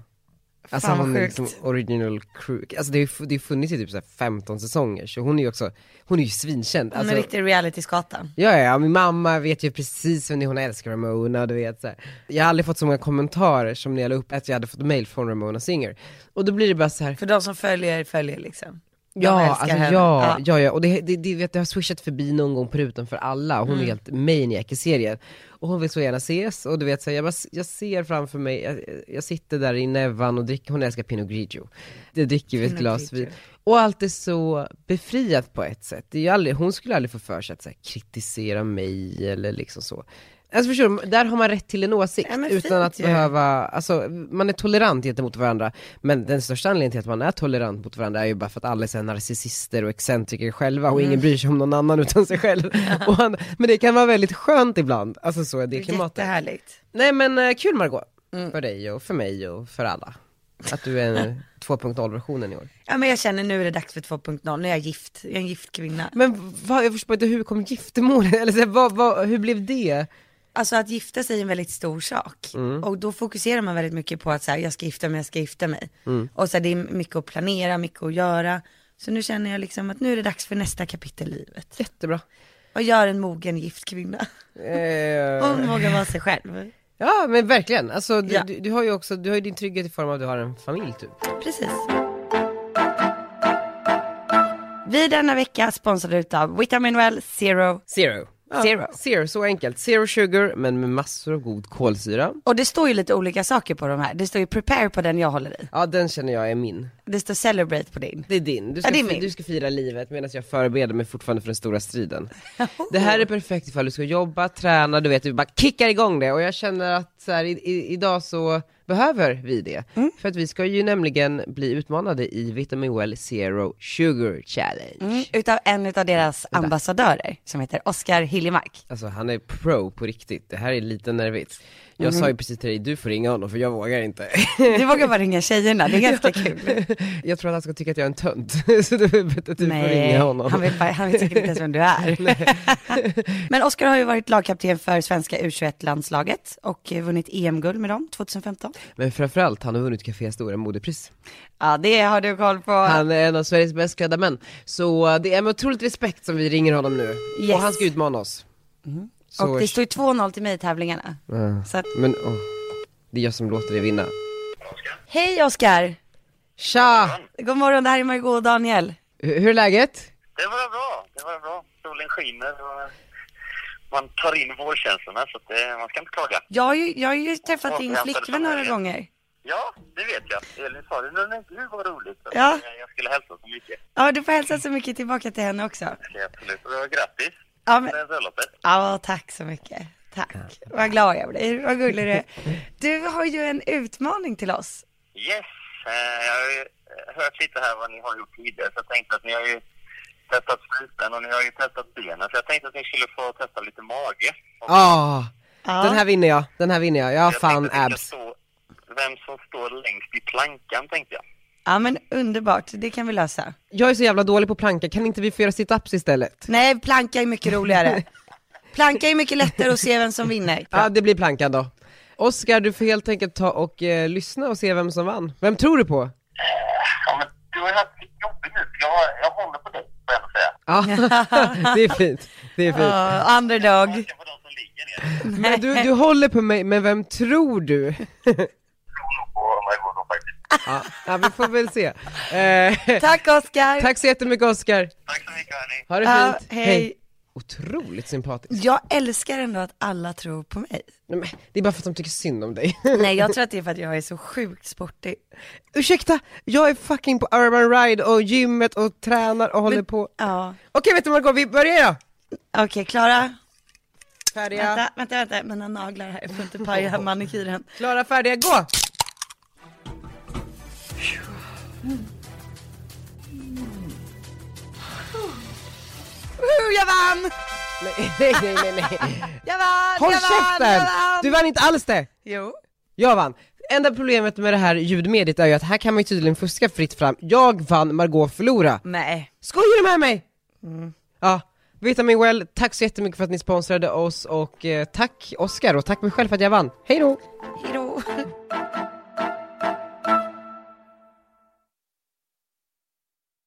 Speaker 1: Alltså
Speaker 2: Fan, vad
Speaker 1: hon är
Speaker 2: sjukt.
Speaker 1: liksom original crew, alltså det har ju fu- det har ju funnits i typ så här 15 säsonger, så hon är ju också, hon är ju svinkänd.
Speaker 2: Hon är
Speaker 1: Alltså,
Speaker 2: en riktig reality-skata.
Speaker 1: Ja, ja, ja, min mamma vet ju precis vem det är, hon älskar Ramona, du vet så här. Jag har aldrig fått så många kommentarer som när jag la upp att jag hade fått mail från Ramona Singer. Och då blir det bara så här,
Speaker 2: För de som följer, följer liksom. De
Speaker 1: ja,
Speaker 2: älskar
Speaker 1: alltså,
Speaker 2: henne.
Speaker 1: ja, ja, ja, och det, det, det, vet, det har swishat förbi någon gång på rutan för alla, hon
Speaker 2: Mm.
Speaker 1: är helt maniac i serien. Och hon vill så gärna ses, och du vet så här, jag, bara, s- jag ser framför mig, jag, jag sitter där i Nevan och dricker, hon älskar Pinot Grigio. Det dricker vi ett
Speaker 2: Pinot
Speaker 1: glas
Speaker 2: Grigio.
Speaker 1: vin. Och allt är så befriat på ett sätt. Det är ju aldrig, hon skulle aldrig få för sig att så här, kritisera mig eller liksom så. Alltså förstår du, där har man rätt till en åsikt
Speaker 2: Ja, men
Speaker 1: utan
Speaker 2: fint
Speaker 1: att
Speaker 2: ju.
Speaker 1: behöva, alltså man är tolerant gentemot varandra. Men den största anledningen till att man är tolerant mot varandra är ju bara för att alla är så här narcissister och excentriker själva och ingen bryr sig om någon annan utan sig själv. Och han, men det kan vara väldigt skönt ibland, alltså så är det klimatet.
Speaker 2: Jättehärligt.
Speaker 1: Nej men eh, kul Margot för dig och för mig och för alla. Att du är en 2.0 versionen i år.
Speaker 2: Ja men jag känner nu är det dags för 2.0, nu är jag gift, jag är en gift kvinna.
Speaker 1: Men vad, jag förstår inte hur kom giftermålet, eller så här, vad, vad, hur blev det?
Speaker 2: Alltså att gifta sig är en väldigt stor sak.
Speaker 1: Mm.
Speaker 2: Och då fokuserar man väldigt mycket på att så här, jag ska gifta mig, jag ska gifta mig.
Speaker 1: Mm.
Speaker 2: Och så här, det är mycket att planera, mycket att göra. Så nu känner jag liksom att nu är det dags för nästa kapitel i livet.
Speaker 1: Jättebra.
Speaker 2: Vad gör en mogen gift kvinna?
Speaker 1: Eh,
Speaker 2: Hon vågar vara sig själv.
Speaker 1: ja men verkligen, alltså du,
Speaker 2: Ja.
Speaker 1: du, du har ju också, du har ju din trygghet i form av att du har en familj typ.
Speaker 2: Precis. Vi är denna vecka sponsrade utav Vitamin Well Zero.
Speaker 1: Zero.
Speaker 2: Zero.
Speaker 1: Zero, så enkelt. Zero sugar, men med massor av god kolsyra.
Speaker 2: Och det står ju lite olika saker på de här. Det står ju prepare på den jag håller i.
Speaker 1: Ja den känner jag är min.
Speaker 2: Det står celebrate på din.
Speaker 1: Det är din. Du ska,
Speaker 2: Ja, det är
Speaker 1: fi-
Speaker 2: min.
Speaker 1: du ska fira livet medan jag förbereder mig fortfarande för den stora striden. Det här är perfekt ifall du ska jobba, träna, du vet, du bara kickar igång det. Och jag känner att så här, i, i, idag så behöver vi det. För att vi ska ju nämligen bli utmanade i Vitamin Well Zero Sugar Challenge.
Speaker 2: Mm, utav en utav deras ambassadörer som heter Oskar Hiljemark.
Speaker 1: Alltså han är pro på riktigt, det här är lite nervigt. Jag sa ju precis till dig, du får ringa honom för jag vågar inte.
Speaker 2: Du vågar bara ringa tjejerna, det är ganska kul.
Speaker 1: jag tror att han ska tycka att jag är en tönt, så det är bättre att du får
Speaker 2: Nej,
Speaker 1: ringa honom.
Speaker 2: han vet, bara- han vet säkert inte ens vem du är. Men Oskar har ju varit lagkapten för svenska U21-landslaget och eh, vunnit EM-guld med dem 2015.
Speaker 1: Men framförallt, han har vunnit Café Stora modepris.
Speaker 2: Ja, det har du koll på.
Speaker 1: Han är en av Sveriges bäst klädda män. Så eh, det är med otroligt respekt som vi ringer honom nu.
Speaker 2: Yes.
Speaker 1: Och han ska utmana oss. Så,
Speaker 2: och det står ju 2-0 till mig i tävlingarna. Så att,
Speaker 1: Men åh, det är jag som låter dig vinna.
Speaker 2: hej Oskar!
Speaker 1: Tja!
Speaker 2: God morgon, det här är Margot och Daniel.
Speaker 1: Hur hur är läget?
Speaker 3: Det var bra. Det var bra. Solen skiner och man tar in vårkänslorna så att det, man ska inte klaga.
Speaker 2: Jag har ju, jag har ju träffat din flickvän några gånger.
Speaker 3: Ja, det vet jag. Elin sa det när du var roligt. Eh,
Speaker 2: Ja.
Speaker 3: Jag skulle hälsa så mycket.
Speaker 2: Ja, du får hälsa så mycket tillbaka till henne också.
Speaker 3: Det är Absolut. Och grattis
Speaker 2: Ja, men,
Speaker 3: med bröllopet.
Speaker 2: ja tack så mycket. Tack. Vad glad jag blir. Vad gullig du är. Du har ju en utmaning till oss.
Speaker 3: Yes! Eh, Jag har ju eh, hört lite här vad ni har gjort tidigare så jag tänkte att ni har ju testat strupen och ni har ju testat benen så jag tänkte att ni skulle få testa lite mage. Och
Speaker 1: Ah,
Speaker 2: Ja.
Speaker 1: Den här vinner jag, den här vinner jag. Jag har
Speaker 3: jag
Speaker 1: fan
Speaker 3: tänkte att vi ska
Speaker 1: abs.
Speaker 3: stå, Vem som står längst i plankan tänkte jag.
Speaker 2: Ja, men underbart. Det kan vi lösa.
Speaker 1: Jag är så jävla dålig på planka, kan inte vi få göra sit-ups istället?
Speaker 2: Nej, planka är mycket roligare. Planka är mycket lättare att se vem som vinner.
Speaker 1: Ja, det blir plankan då. Oskar, du får helt enkelt ta och eh, lyssna och se vem som vann. Vem tror du på?
Speaker 3: Ja, men du har ju haft lite jobbigt nu. Jag, jag håller på dig, får jag ändå säga.
Speaker 1: Ja, det är fint. Det är fint.
Speaker 2: Ja, underdog.
Speaker 3: Kanske på de som ligger ner.
Speaker 1: Men du, du håller på mig, men vem tror du?
Speaker 3: Tror nog på Margot då faktiskt.
Speaker 1: Ja, ja vi får väl se. Eh,
Speaker 2: Tack Oskar.
Speaker 1: tack så jättemycket Oskar.
Speaker 3: Tack så mycket hörni.
Speaker 1: Ha det
Speaker 2: Ja,
Speaker 1: fint.
Speaker 2: hej.
Speaker 1: Otroligt sympatisk.
Speaker 2: Jag älskar ändå att alla tror på mig.
Speaker 1: Nej, men, det är bara för att de tycker synd om dig.
Speaker 2: Nej, jag tror att det är för att jag är så sjukt sportig.
Speaker 1: Ursäkta, jag är fucking på Urban Ride och gymmet och tränar och håller på.
Speaker 2: Ja.
Speaker 1: Okej vet du Margot, vi börjar då.
Speaker 2: Okej, Klara.
Speaker 1: Färdiga,
Speaker 2: Vänta, vänta, vänta. Mina naglar här. Jag får inte paja manikyren.
Speaker 1: klara, färdiga, gå!
Speaker 2: Woohoo, jag vann!
Speaker 1: Nej, nej, nej, nej, nej.
Speaker 2: Jag vann!
Speaker 1: Håll
Speaker 2: jag Vann, jag
Speaker 1: käften!
Speaker 2: vann.
Speaker 1: Du vann inte alls det.
Speaker 2: Jo.
Speaker 1: Jag vann. Enda problemet med det här ljudmediet är ju att här kan man ju tydligen fuska fritt fram. Jag vann, Margot förlora.
Speaker 2: Nej.
Speaker 1: Skojar du med mig?
Speaker 2: Mm.
Speaker 1: Ja, Vitamin Well, tack så jättemycket för att ni sponsrade oss och eh, tack Oscar och tack mig själv för att jag vann. Hej då!
Speaker 2: Hejdå.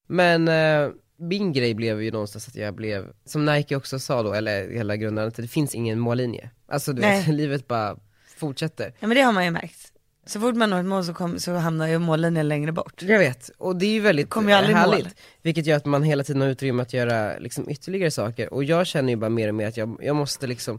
Speaker 1: Men eh, min grej blev ju någonstans att jag blev, som Nike också sa då, eller hela grundaren, att det finns ingen mållinje. Alltså du vet,
Speaker 2: Nej.
Speaker 1: livet bara fortsätter.
Speaker 2: Ja men det har man ju märkt. Så fort man når ett mål så, kom, så hamnar ju målen längre bort.
Speaker 1: Jag vet, och det är ju väldigt
Speaker 2: kommer ju aldrig i
Speaker 1: härligt.
Speaker 2: mål.
Speaker 1: Vilket gör att man hela tiden har utrymme att göra liksom, ytterligare saker. Och jag känner ju bara mer och mer att jag, jag måste liksom,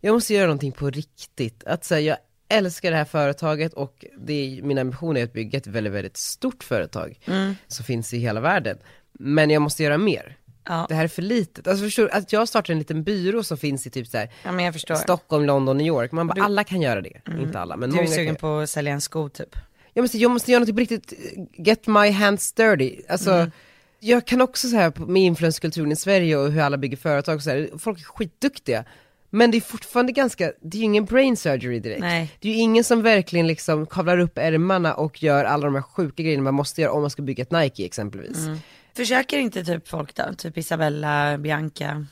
Speaker 1: jag måste göra någonting på riktigt. Att säga jag älskar det här företaget och det är, min ambition är att bygga ett väldigt, väldigt stort företag
Speaker 2: Mm.
Speaker 1: som finns i hela världen. Men jag måste göra mer.
Speaker 2: Ja.
Speaker 1: Det här är för litet. Alltså förstår du, att jag startar en liten byrå som finns i typ så här,
Speaker 2: Ja men jag förstår. Mm.
Speaker 1: Stockholm, London, New York. Man bara, alla kan göra det. Inte alla, men
Speaker 2: Du är
Speaker 1: många
Speaker 2: ju sugen
Speaker 1: kan.
Speaker 2: på att sälja en sko typ.
Speaker 1: Jag måste, jag måste göra något på riktigt, get my hands dirty. Alltså, Jag kan också så här på- med influenskulturen i Sverige och hur alla bygger företag och så här, folk är skitduktiga. Men det är fortfarande ganska, det är ju ingen brain surgery direkt.
Speaker 2: Nej.
Speaker 1: Det är ju ingen som verkligen liksom kavlar upp ärmarna och gör alla de här sjuka grejerna man måste göra om man ska bygga ett Nike exempelvis.
Speaker 2: Försöker inte typ folk då? Typ Isabella, Bianca.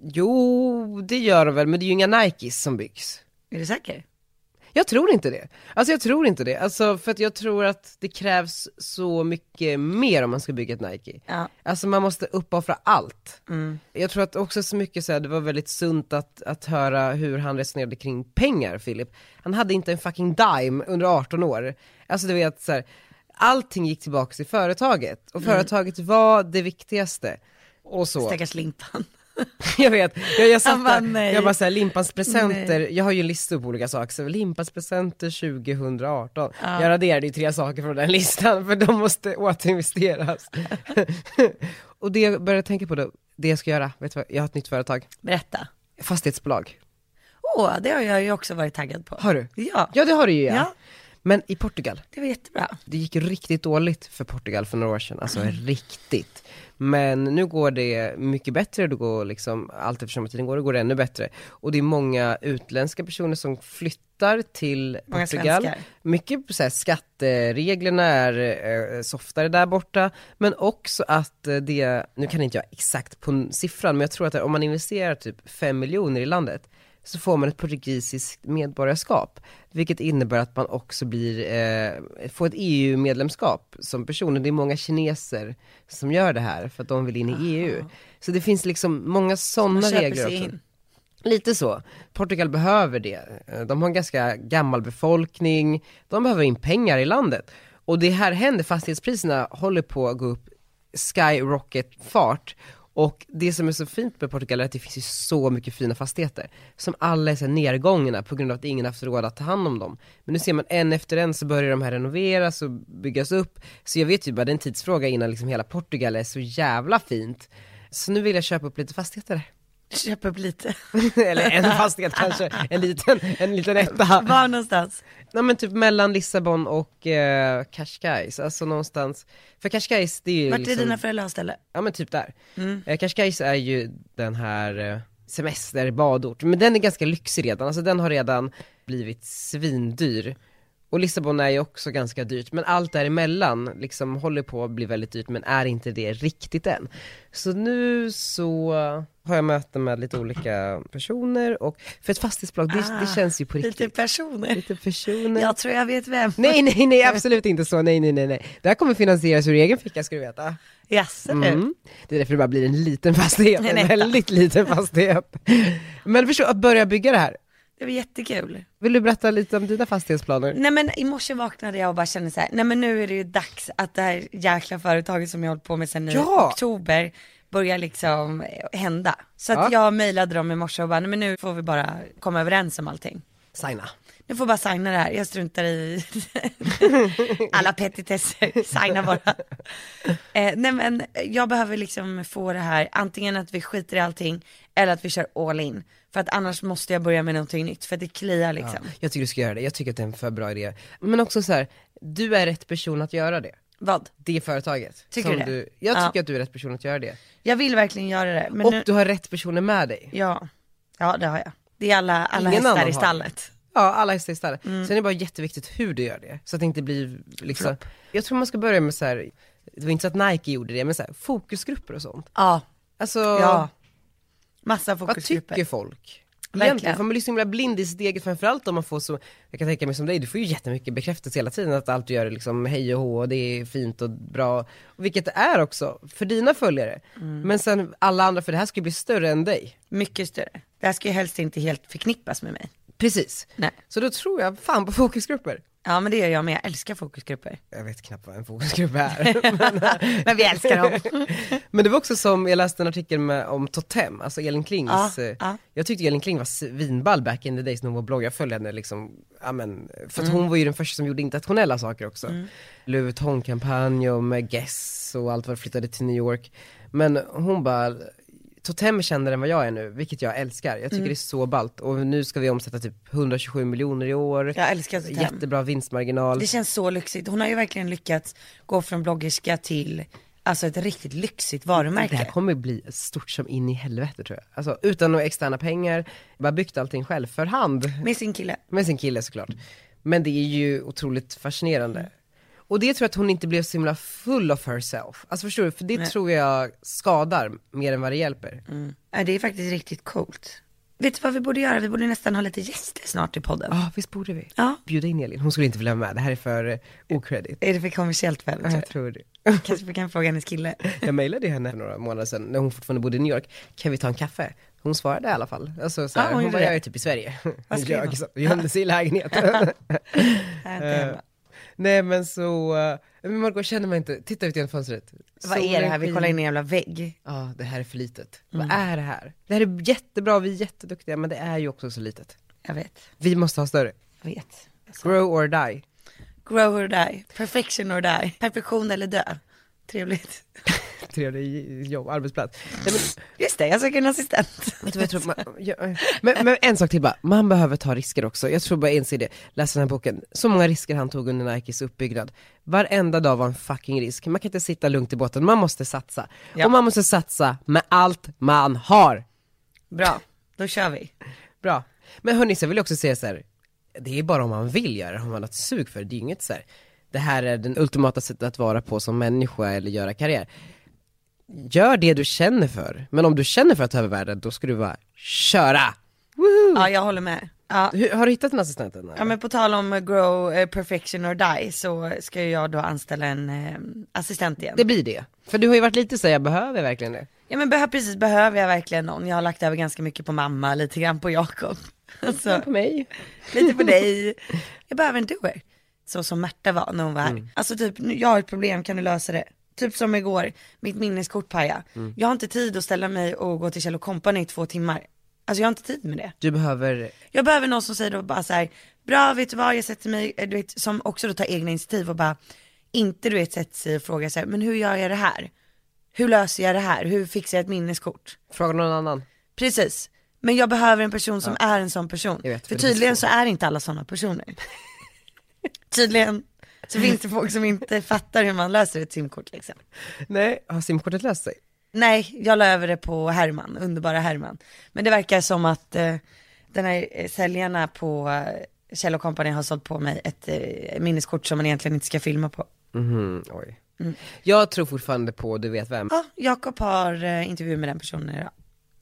Speaker 1: Jo, det gör de väl, men det är ju inga Nikes som byggs.
Speaker 2: Är du säker?
Speaker 1: Jag tror inte det. Alltså jag tror inte det. Alltså för att jag tror att det krävs så mycket mer om man ska bygga ett Nike.
Speaker 2: Ja.
Speaker 1: Alltså man måste uppoffra allt. Jag tror att också så mycket så här, det var väldigt sunt att, att höra hur han resonerade kring pengar, Filip. Han hade inte en fucking dime under 18 år. Alltså du vet så här, allting gick tillbaka till företaget. Och företaget var det viktigaste. Och så.
Speaker 2: Stackars Limpan.
Speaker 1: Jag vet, jag, jag
Speaker 2: Han
Speaker 1: satt där,
Speaker 2: bara, nej.
Speaker 1: jag bara såhär, limpans presenter, jag har ju en lista på olika saker, så limpans presenter 2018. Jag raderade ju tre saker från den listan för de måste återinvesteras. och det jag började tänka på då, det jag ska göra, vet du vad, jag har ett nytt företag,
Speaker 2: Berätta.
Speaker 1: fastighetsbolag.
Speaker 2: Åh, det har jag ju också varit taggad på.
Speaker 1: Har du?
Speaker 2: Ja.
Speaker 1: Ja det har du ju ja.
Speaker 2: Ja.
Speaker 1: Men i Portugal,
Speaker 2: Det var jättebra.
Speaker 1: det gick ju riktigt dåligt för Portugal för några år sedan, alltså riktigt. Men nu går det mycket bättre, det går liksom, allt eftersom tiden går, det går det ännu bättre. Och det är många utländska personer som flyttar till
Speaker 2: Många
Speaker 1: Portugal.
Speaker 2: svenskar.
Speaker 1: Mycket så här, skattereglerna är eh, softare där borta, men också att eh, det, nu kan inte jag exakt på n- siffran, men jag tror att om man investerar typ 5 miljoner i landet, så får man ett portugisiskt medborgarskap, vilket innebär att man också blir, eh, får ett EU-medlemskap som person. Och det är många kineser som gör det här, för att de vill in i EU. Så det finns liksom många sådana
Speaker 2: Man köper
Speaker 1: regler
Speaker 2: sig
Speaker 1: också.
Speaker 2: in.
Speaker 1: Lite så. Portugal behöver det. Eh, De har en ganska gammal befolkning, de behöver in pengar i landet. Och det här händer, fastighetspriserna håller på att gå upp skyrocket-fart. Och det som är så fint med Portugal är att det finns ju så mycket fina fastigheter, som alla är så här nergångna på grund av att ingen haft råd att ta hand om dem. Men nu ser man en efter en så börjar de här renoveras och byggas upp. Så jag vet ju bara, det är en tidsfråga innan liksom hela Portugal är så jävla fint. Så nu vill jag köpa upp lite fastigheter.
Speaker 2: Köp upp lite.
Speaker 1: Eller en fastighet kanske, en liten, en liten etta.
Speaker 2: Var någonstans?
Speaker 1: Nej men typ mellan Lissabon och eh, Cascais, alltså någonstans. För Cascais det är ju
Speaker 2: Vart är
Speaker 1: liksom,
Speaker 2: dina föräldrar ställe?
Speaker 1: ja men typ där. Eh, Cascais är ju den här eh, semester, badort, men den är ganska lyxig redan, alltså den har redan blivit svindyr. Och Lissabon är ju också ganska dyrt, men allt däremellan liksom håller på att bli väldigt dyrt men är inte det riktigt än. Så nu så har jag möten med lite olika personer och, för ett fastighetsbolag det, det känns ju på riktigt.
Speaker 2: Ah, Lite personer.
Speaker 1: Lite personer.
Speaker 2: Jag tror jag vet vem.
Speaker 1: Nej nej nej absolut inte så, nej nej nej nej. Det här kommer finansieras ur egen ficka ska du veta.
Speaker 2: Jaså du?
Speaker 1: Mm. Det är därför det bara blir en liten fastighet, en
Speaker 2: En etta.
Speaker 1: väldigt liten fastighet. Men förstå, att börja bygga det här.
Speaker 2: Det var jättekul.
Speaker 1: Vill du berätta lite om dina fastighetsplaner?
Speaker 2: Nej men i morse vaknade jag och bara kände så här, nej men nu är det ju dags att det här jäkla företaget som jag hållit på med sedan i
Speaker 1: Ja!
Speaker 2: oktober börjar liksom eh, hända. Så att
Speaker 1: Ja.
Speaker 2: jag mejlade dem i morse och bara, nej men nu får vi bara komma överens om allting.
Speaker 1: Signa.
Speaker 2: Nu får jag bara signa det här, jag struntar i alla petitesser, signa bara. Eh, nej men jag behöver liksom få det här, antingen att vi skiter i allting eller att vi kör all in. För att annars måste jag börja med någonting nytt, för att det kliar liksom.
Speaker 1: Jag tycker du ska göra det, jag tycker att det är en för bra idé. Men också så här, du är rätt person att göra det.
Speaker 2: Vad?
Speaker 1: Det företaget.
Speaker 2: Tycker
Speaker 1: som
Speaker 2: du det?
Speaker 1: du Jag
Speaker 2: Ja.
Speaker 1: tycker att du är rätt person att göra det.
Speaker 2: Jag vill verkligen göra det. Men
Speaker 1: Och
Speaker 2: nu,
Speaker 1: du har rätt personer med dig.
Speaker 2: ja. ja, det har jag. Det är alla, alla
Speaker 1: Ingen annan
Speaker 2: hästar i
Speaker 1: har.
Speaker 2: stallet.
Speaker 1: Ja, alla hästar i stallet.
Speaker 2: Mm.
Speaker 1: Sen är det bara jätteviktigt hur du gör det, så att det inte blir liksom Jag tror man ska börja med så här. det var inte så att Nike gjorde det, men så här, fokusgrupper och sånt.
Speaker 2: Ja,
Speaker 1: Alltså,
Speaker 2: ja. Massa
Speaker 1: vad
Speaker 2: fokusgrupper.
Speaker 1: tycker folk? Egentligen,
Speaker 2: Verkligen.
Speaker 1: för man blir så himla blind i sitt eget, framförallt om man får så, jag kan tänka mig som dig, du får ju jättemycket bekräftelse hela tiden att allt du gör är liksom hej och hå och det är fint och bra, vilket det är också för dina följare. Men sen alla andra, för det här ska ju bli större än dig.
Speaker 2: Mycket större. Det här ska ju helst inte helt förknippas med mig.
Speaker 1: Precis.
Speaker 2: Nej.
Speaker 1: Så då tror jag fan på fokusgrupper.
Speaker 2: Ja men det gör jag med, jag älskar fokusgrupper.
Speaker 1: Jag vet knappt vad en fokusgrupp är. men, eh,
Speaker 2: Men vi älskar dem.
Speaker 1: Men det var också som, jag läste en artikel med, om Totem, alltså Elin Klings,
Speaker 2: Ja,
Speaker 1: eh,
Speaker 2: ja.
Speaker 1: jag tyckte Elin Kling var svinball back in the days när hon var blogg, jag följde henne liksom, ja men, för att
Speaker 2: Mm.
Speaker 1: hon var ju den första som gjorde internationella saker också. Mm. Luveton-kampanj och med Guess och allt vad flyttade till New York. Men hon bara, Totem är kändare än vad jag är nu, vilket jag älskar. Jag tycker
Speaker 2: Mm.
Speaker 1: det är så ballt och nu ska vi omsätta typ 127 miljoner i år,
Speaker 2: Jag älskar Totem.
Speaker 1: jättebra vinstmarginal.
Speaker 2: Det känns så lyxigt. Hon har ju verkligen lyckats gå från bloggerska till alltså ett riktigt lyxigt varumärke.
Speaker 1: Det här kommer bli stort som in i helvete tror jag. Alltså utan några externa pengar, bara byggt allting själv för hand.
Speaker 2: Med sin kille.
Speaker 1: Med sin kille såklart. Men det är ju otroligt fascinerande. Och det tror jag att hon inte blev så himla full of herself. Alltså förstår du? För det tror jag skadar mer än vad det hjälper.
Speaker 2: Mm. Ja, det är faktiskt riktigt coolt. Vet du vad vi borde göra? Vi borde nästan ha lite gäster snart i podden.
Speaker 1: Ja, visst borde vi.
Speaker 2: Ja.
Speaker 1: Bjuda in Elin, hon skulle inte vilja vara med. Det här är för eh, okredit.
Speaker 2: Är det för kommersiellt för henne?
Speaker 1: Ja,
Speaker 2: tror
Speaker 1: jag
Speaker 2: du?
Speaker 1: tror det.
Speaker 2: Kanske vi kan fråga hennes kille.
Speaker 1: Jag mejlade henne för några månader sedan när hon fortfarande bodde i New York, kan vi ta en kaffe? Hon svarade i alla fall. Alltså, så här,
Speaker 2: Ah, hon
Speaker 1: hon,
Speaker 2: gjorde
Speaker 1: bara,
Speaker 2: det.
Speaker 1: jag är typ i Sverige. Hon
Speaker 2: skrev
Speaker 1: ljög
Speaker 2: hon?
Speaker 1: så, gömde sig i lägenheten. Eh,
Speaker 2: Här är inte hemma.
Speaker 1: Nej men så, eh, men Margot känner man inte, titta ut genom fönstret.
Speaker 2: Vad är det här? Vi kollar in Mm. i en jävla vägg.
Speaker 1: Ja, det här är för litet. Vad är det här? Det här är jättebra, vi är jätteduktiga, men det är ju också så litet.
Speaker 2: Jag vet,
Speaker 1: Vi måste ha större.
Speaker 2: jag vet. Alltså,
Speaker 1: Grow or die.
Speaker 2: Grow or die, perfection or die, perfektion eller dö. Trevligt.
Speaker 1: Trevlig jobb, arbetsplats. Nej, men,
Speaker 2: Just det, jag söker en assistent.
Speaker 1: vet du Alltså, vad jag tror? Man, ja, eh. men, men en sak till bara, man behöver ta risker också. Jag tror bara jag inser det, läs den här boken. Så många risker han tog under Nikes uppbyggnad. Varenda dag var en fucking risk. Man kan inte sitta lugnt i båten, man måste satsa.
Speaker 2: Ja.
Speaker 1: Och man måste satsa med allt man har.
Speaker 2: Bra, då kör vi.
Speaker 1: Bra. Men hörni, så vill jag också säga så här. det är bara om man vill göra det, om man har ett sug för det, det är ju inget så här. det här är den ultimata sättet att vara på som människa eller göra karriär. Gör det du känner för, men om du känner för att ta över världen, då ska du bara köra! Woohoo!
Speaker 2: Ja, jag håller med. Ja.
Speaker 1: Hur, har du hittat en assistent än? eller?
Speaker 2: Ja men på tal om eh, grow, eh, perfection or die så ska ju jag då anställa en eh, assistent igen.
Speaker 1: Det blir det. För du har ju varit lite så här, jag behöver verkligen det.
Speaker 2: Ja men behö- precis, behöver jag verkligen någon? Jag har lagt över ganska mycket på mamma, lite grann på Jakob. Alltså,
Speaker 1: På mig.
Speaker 2: lite på dig. Jag behöver en doer. Så som Märta var när hon var här. Alltså typ, nu- jag har ett problem, kan du lösa det? Typ som igår, mitt minneskort pajade. Jag har inte tid att ställa mig och gå till Kjell Company i två timmar. Alltså jag har inte tid med det.
Speaker 1: Du behöver,
Speaker 2: Jag behöver någon som säger då bara så här, bra vet du vad, jag sätter mig, eh, du vet, som också då tar egna initiativ och bara, inte du vet sätter sig och frågar så här, men hur gör jag det här? Hur löser jag det här? Hur fixar jag ett minneskort?
Speaker 1: fråga någon annan.
Speaker 2: Precis. Men jag behöver en person som är en sån person.
Speaker 1: Jag vet,
Speaker 2: för
Speaker 1: för det finns
Speaker 2: tydligen
Speaker 1: få.
Speaker 2: så är inte alla såna personer. tydligen så finns det folk som inte fattar hur man löser ett simkort liksom.
Speaker 1: Nej, har simkortet löst sig?
Speaker 2: Nej, jag la över det på Herman, underbara Herman. Men det verkar som att eh, den här eh, säljarna på eh, Kjell Company har sålt på mig ett eh, minneskort som man egentligen inte ska filma på.
Speaker 1: Mhm, oj. Jag tror fortfarande på du vet vem.
Speaker 2: Ja, Jakob har eh, intervju med den personen idag.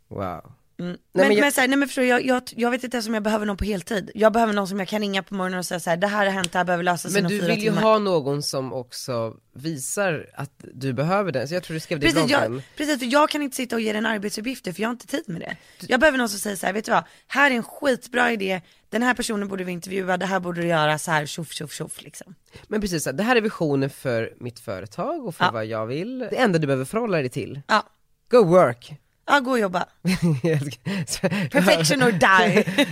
Speaker 1: Wow.
Speaker 2: Men,
Speaker 1: men
Speaker 2: men,
Speaker 1: jag-
Speaker 2: så här, nej men förstår du, jag, jag, jag vet inte ens om jag behöver någon på heltid. Jag behöver någon som jag kan ringa på morgonen och säga så här, det här har hänt, det här behöver lösas
Speaker 1: Men
Speaker 2: inom
Speaker 1: du
Speaker 2: fyra
Speaker 1: vill ju
Speaker 2: timmar.
Speaker 1: ha någon som också visar att du behöver den, så jag tror du skrev det i
Speaker 2: Precis,
Speaker 1: bloggen.
Speaker 2: jag, precis, för jag kan inte sitta och ge den arbetsuppgifter för jag har inte tid med det. Jag behöver någon som säger så här, vet du vad, här är en skitbra idé, den här personen borde vi intervjua, det här borde du göra, så här tjoff tjoff tjoff liksom.
Speaker 1: Men precis, så här, det här är visionen för mitt företag och för
Speaker 2: Ja.
Speaker 1: vad jag vill. Det enda du behöver förhålla dig till,
Speaker 2: Ja,
Speaker 1: go work.
Speaker 2: ja gå och jobba.
Speaker 1: Perfection
Speaker 2: Perfection or die.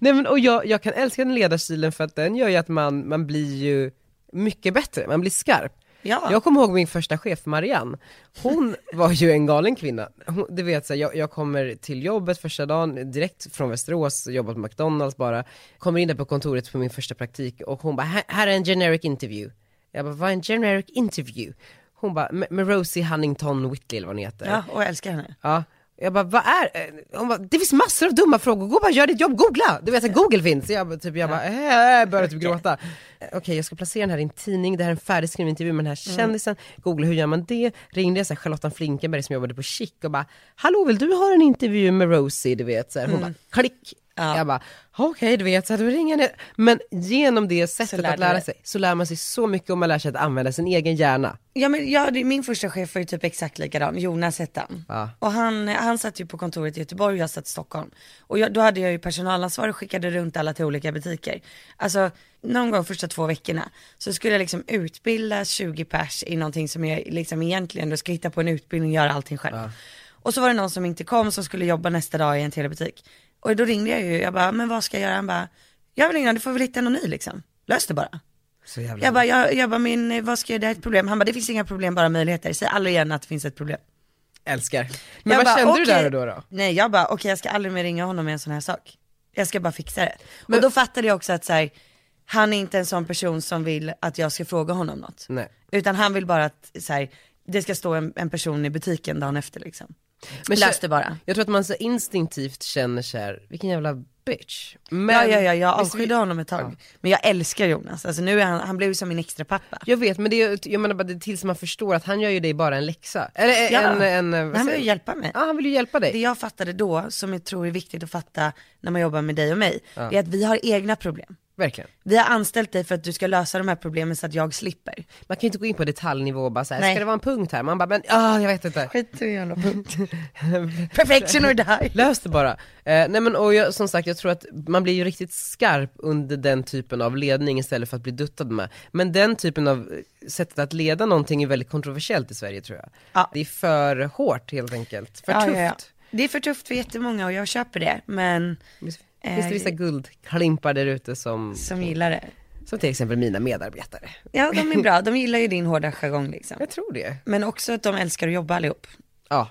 Speaker 1: Nej men och jag, jag kan älska den ledarstilen för att den gör ju att man, man blir ju mycket bättre, man blir skarp.
Speaker 2: Ja.
Speaker 1: Jag kommer ihåg min första chef, Marianne. Hon var ju en galen kvinna. Hon, du vet, så här, jag, jag kommer till jobbet första dagen, direkt från Västerås, jobbat på McDonalds bara. Kommer in där på kontoret på min första praktik och hon bara, här, här är en generic interview. Jag bara, vad är en generic interview? Hon bara, med med Rosie Huntington Whitley eller vad hon heter.
Speaker 2: Ja, och jag älskar henne.
Speaker 1: Ja, Jag bara, vad är, eh, hon bara, det finns massor av dumma frågor, gå bara gör ditt jobb, googla! Du vet att google finns. Så Jag, bara, typ, jag bara, äh, började typ gråta. Eh, Okej jag ska placera den här i en tidning, det här är en färdigskriven intervju med den här kändisen, googla hur gör man det? Ringde jag så här, Charlotta Flinkenberg som jobbade på Chic och bara, hallå vill du ha en intervju med Rosie? Du vet, så här, hon bara, klick! Jag bara, okej du vet, så här, då ringer jag ner. Men genom det sättet
Speaker 2: lärde
Speaker 1: att lära
Speaker 2: du-
Speaker 1: sig, så lär man sig så mycket om man lär sig att använda sin egen hjärna.
Speaker 2: Ja men jag, det- min första chef var ju typ exakt likadan, Jonas hette han.
Speaker 1: Ja.
Speaker 2: Och han, han satt ju på kontoret i Göteborg och jag satt i Stockholm. Och jag, då hade jag ju personalansvar och skickade runt alla till olika butiker. Alltså någon gång första två veckorna så skulle jag liksom utbilda 20 pers i någonting som jag liksom egentligen då ska hitta på en utbildning och göra allting själv. Och så var det någon som inte kom som skulle jobba nästa dag i en telebutik. Och då ringde jag ju, jag bara, men vad ska jag göra? Han bara, jag vill ingen, du får väl hitta någon ny liksom. Lös det bara.
Speaker 1: Så jävla
Speaker 2: Jag bara, jag, jag bara min, eh, vad ska jag, det här är ett problem. Han bara, det finns inga problem, bara möjligheter. Säg aldrig igen att det finns ett problem.
Speaker 1: älskar. Men
Speaker 2: jag
Speaker 1: vad
Speaker 2: bara,
Speaker 1: kände du
Speaker 2: okej.
Speaker 1: där och då? då?
Speaker 2: Nej, jag bara, okej jag ska aldrig mer ringa honom med en sån här sak. Jag ska bara fixa det. och då fattade jag också att så här, han är inte en sån person som vill att jag ska fråga honom något.
Speaker 1: Nej.
Speaker 2: Utan han vill bara att så här, det ska stå en, en person i butiken dagen efter liksom.
Speaker 1: Men
Speaker 2: Lös
Speaker 1: kä-
Speaker 2: det bara.
Speaker 1: Jag tror att man så instinktivt känner så här, vilken jävla bitch. Men,
Speaker 2: Ja, ja, ja, jag
Speaker 1: Visst, vi-
Speaker 2: avskydde honom ett tag. Men jag älskar Jonas, alltså nu är han, han blev ju som min extra pappa.
Speaker 1: Jag vet, men det är, jag menar bara det är tills man förstår att han gör ju dig bara en läxa. Eller eh,
Speaker 2: Ja.
Speaker 1: en, en, en, vad
Speaker 2: han
Speaker 1: säger-
Speaker 2: vill ju hjälpa mig.
Speaker 1: Ja, han vill ju hjälpa dig.
Speaker 2: Det jag fattade då, som jag tror är viktigt att fatta när man jobbar med dig och mig, är att vi har egna problem.
Speaker 1: Verkligen.
Speaker 2: Vi har anställt dig för att du ska lösa de här problemen så att jag slipper.
Speaker 1: Man kan ju inte gå in på detaljnivå och bara så här,
Speaker 2: Nej.
Speaker 1: ska det vara en punkt här? Man bara, men ah, jag vet inte.
Speaker 2: Skit i jävla punkt. Perfection or die.
Speaker 1: Lös det bara. Eh, nej men och jag, som sagt, jag tror att man blir ju riktigt skarp under den typen av ledning istället för att bli duttad med. Men den typen av eh, sättet att leda någonting är väldigt kontroversiellt i Sverige tror jag.
Speaker 2: Ja.
Speaker 1: Det är för hårt helt enkelt, för
Speaker 2: Ja,
Speaker 1: tufft.
Speaker 2: ja, ja. Det är för tufft för jättemånga och jag köper det, men
Speaker 1: Visst-
Speaker 2: Eh,
Speaker 1: Finns det vissa guldklimpar där ute som,
Speaker 2: som gillar det.
Speaker 1: som till exempel mina medarbetare?
Speaker 2: Ja, de är bra. De gillar ju din hårda jargong liksom.
Speaker 1: Jag tror det.
Speaker 2: Men också att de älskar att jobba allihop.
Speaker 1: Ja.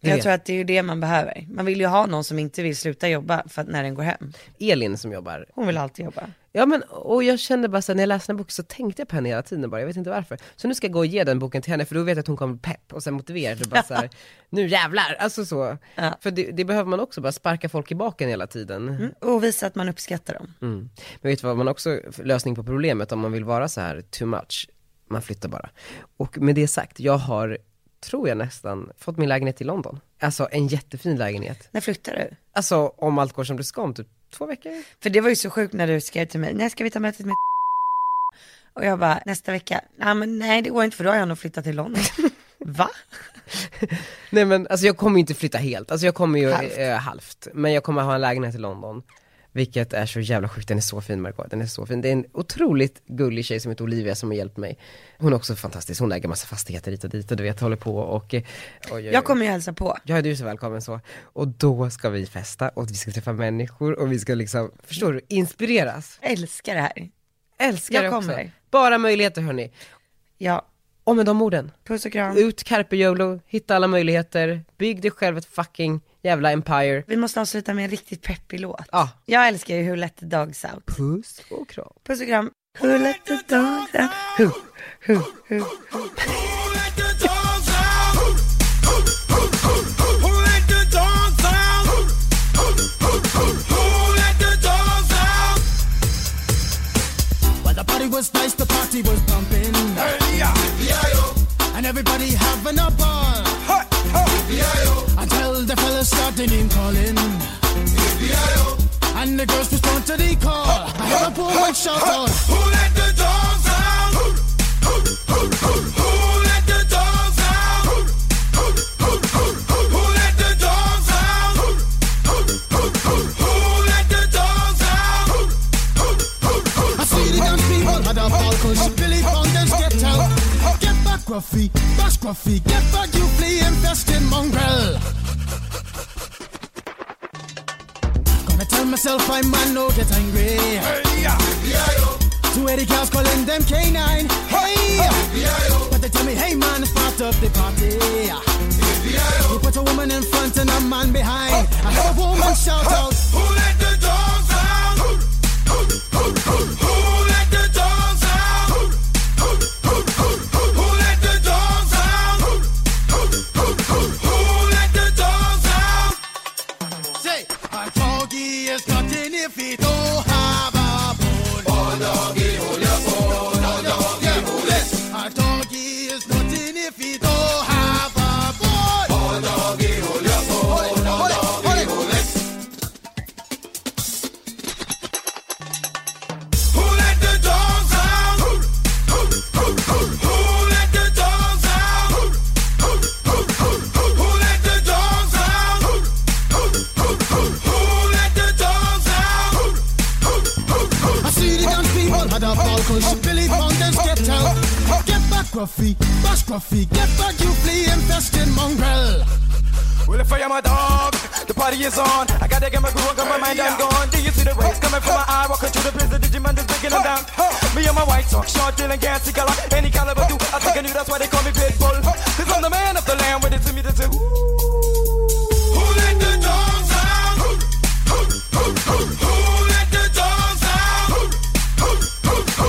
Speaker 1: det
Speaker 2: Jag
Speaker 1: vet
Speaker 2: tror att det är ju det man behöver. Man vill ju ha någon som inte vill sluta jobba för att när den går hem.
Speaker 1: Elin som jobbar.
Speaker 2: Hon vill alltid jobba.
Speaker 1: Ja men, och jag kände bara så här, när jag läste den här boken så tänkte jag på henne hela tiden bara, jag vet inte varför. Så nu ska jag gå och ge den boken till henne för då vet jag att hon kommer bli pepp och sen motiverad och bara så här, nu jävlar! Alltså så.
Speaker 2: Ja.
Speaker 1: För det, det behöver man också, bara sparka folk i baken hela tiden.
Speaker 2: Mm, Och visa att man uppskattar dem.
Speaker 1: Mm. Men vet du vad man också, lösning på problemet om man vill vara så här too much, man flyttar bara. Och med det sagt, jag har, tror jag nästan, fått min lägenhet i London. Alltså en jättefin lägenhet.
Speaker 2: När flyttar du?
Speaker 1: Alltså om allt går som det ska om typ två veckor.
Speaker 2: För det var ju så sjukt när du skrev till mig, när ska vi ta mötet med och jag bara, nästa vecka, nej men nej det går inte för då har jag nog flyttat till London. Va?
Speaker 1: Nej men alltså jag kommer ju inte flytta helt, alltså jag kommer ju halvt.
Speaker 2: Halvt.
Speaker 1: Eh, halvt. Men jag kommer ha en lägenhet i London. Vilket är så jävla sjukt, den är så fin Margot, den är så fin. Det är en otroligt gullig tjej som heter Olivia som har hjälpt mig. Hon är också fantastisk, hon äger massa fastigheter hit och dit och du vet, håller på och... eh, oj, oj, oj.
Speaker 2: Jag kommer ju hälsa på.
Speaker 1: Ja, du är så välkommen så. Och då ska vi festa och vi ska träffa människor och vi ska liksom, förstår du, inspireras.
Speaker 2: Jag älskar det här.
Speaker 1: Älskar
Speaker 2: Jag
Speaker 1: det också.
Speaker 2: kommer.
Speaker 1: Bara möjligheter hörni.
Speaker 2: Ja,
Speaker 1: Och med de orden,
Speaker 2: puss och kram.
Speaker 1: ut carpe YOLO, hitta alla möjligheter, bygg dig själv ett fucking jävla empire. Ah.
Speaker 2: Vi måste avsluta med en riktigt peppig låt.
Speaker 1: Ja.
Speaker 2: Jag älskar ju Who Let The Dogs Out.
Speaker 1: Puss och kram.
Speaker 2: Puss och kram. Who let the dogs out? Who, who, who.
Speaker 4: Who let the dogs out? Who let the dogs out? Who let the dogs out?
Speaker 5: While the party was nice, the party was pumping. And everybody having a ball. Until the fellas started in calling. And the girls respond to the call. I have a poor one shout out.
Speaker 4: Who let the dogs out? Who let the dogs out? Who let the dogs out? Who let the dogs out?
Speaker 5: I see the dance people had a ball cause she Billy Fountains get out. Get back, Ruffy. Bash, Ruffy. Get back, you flea infesting mongrel. Gonna tell myself I man no get angry. Two eighty girls calling them canine. Hey, but they tell me, hey man, it's part of the party. You put a woman in front and a man behind. I have a woman shout out.
Speaker 4: Who let the dogs out? Who let the dogs out? Who let the dogs out? Who let the dogs out?
Speaker 5: there's nothing if we don't oh, have a bone. Bone Oh, doggy, hold your bone. Bone doggy, hold it. A doggy is nothing if he don't oh, have a bone. Bone Oh, doggy, hold your bone. Bone doggy, hold it.
Speaker 4: Who let the dogs out? Who, who, who, who, who let the dogs out? Who, who, who, who, who, who let the dogs out? Who, who, who, who, who let the dogs out? Who, who, who, who,
Speaker 5: I see the dance people had a balcony. She Billy found them stepped out. Get back, Ruffy. Bash, Ruffy. Get back, you flea infesting mongrel.
Speaker 6: Well, if I am a dog, the party is on. I gotta get my groove on, got my mind, I'm gone. Do you see the waves coming from my eye? Walking through the prison, Digimon is breaking them down. Me and my white talk, short, dealing, gas, cigar, any caliber, do. I think I knew that's why they call me Pitbull. Cause I'm the man of the land, with it to me, to do.
Speaker 4: who let the dogs out? Who, who, who, who, who let the dogs out? Who, who, who, who, who,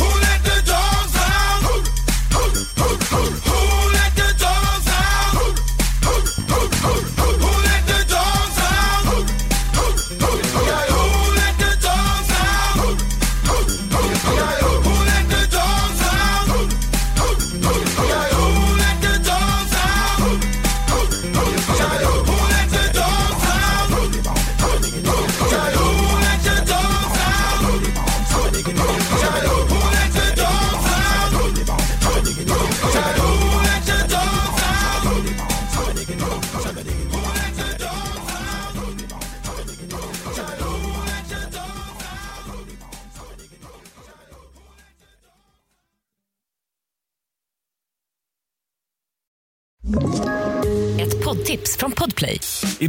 Speaker 4: who let the dogs out? Who, who, who, who, who let the dogs out? Who, who, who, who, who, who let the dogs out? Who, who, who, who, who let the dogs out? Who, who, who, who, who let the dogs out? Who, who, who, who, who let the dogs out? Who, who, who, who, who let the dogs out? Who, who let the dogs out? Who let the dogs out? Who let the dogs out?
Speaker 7: Ett poddtips från Podplay.
Speaker 8: I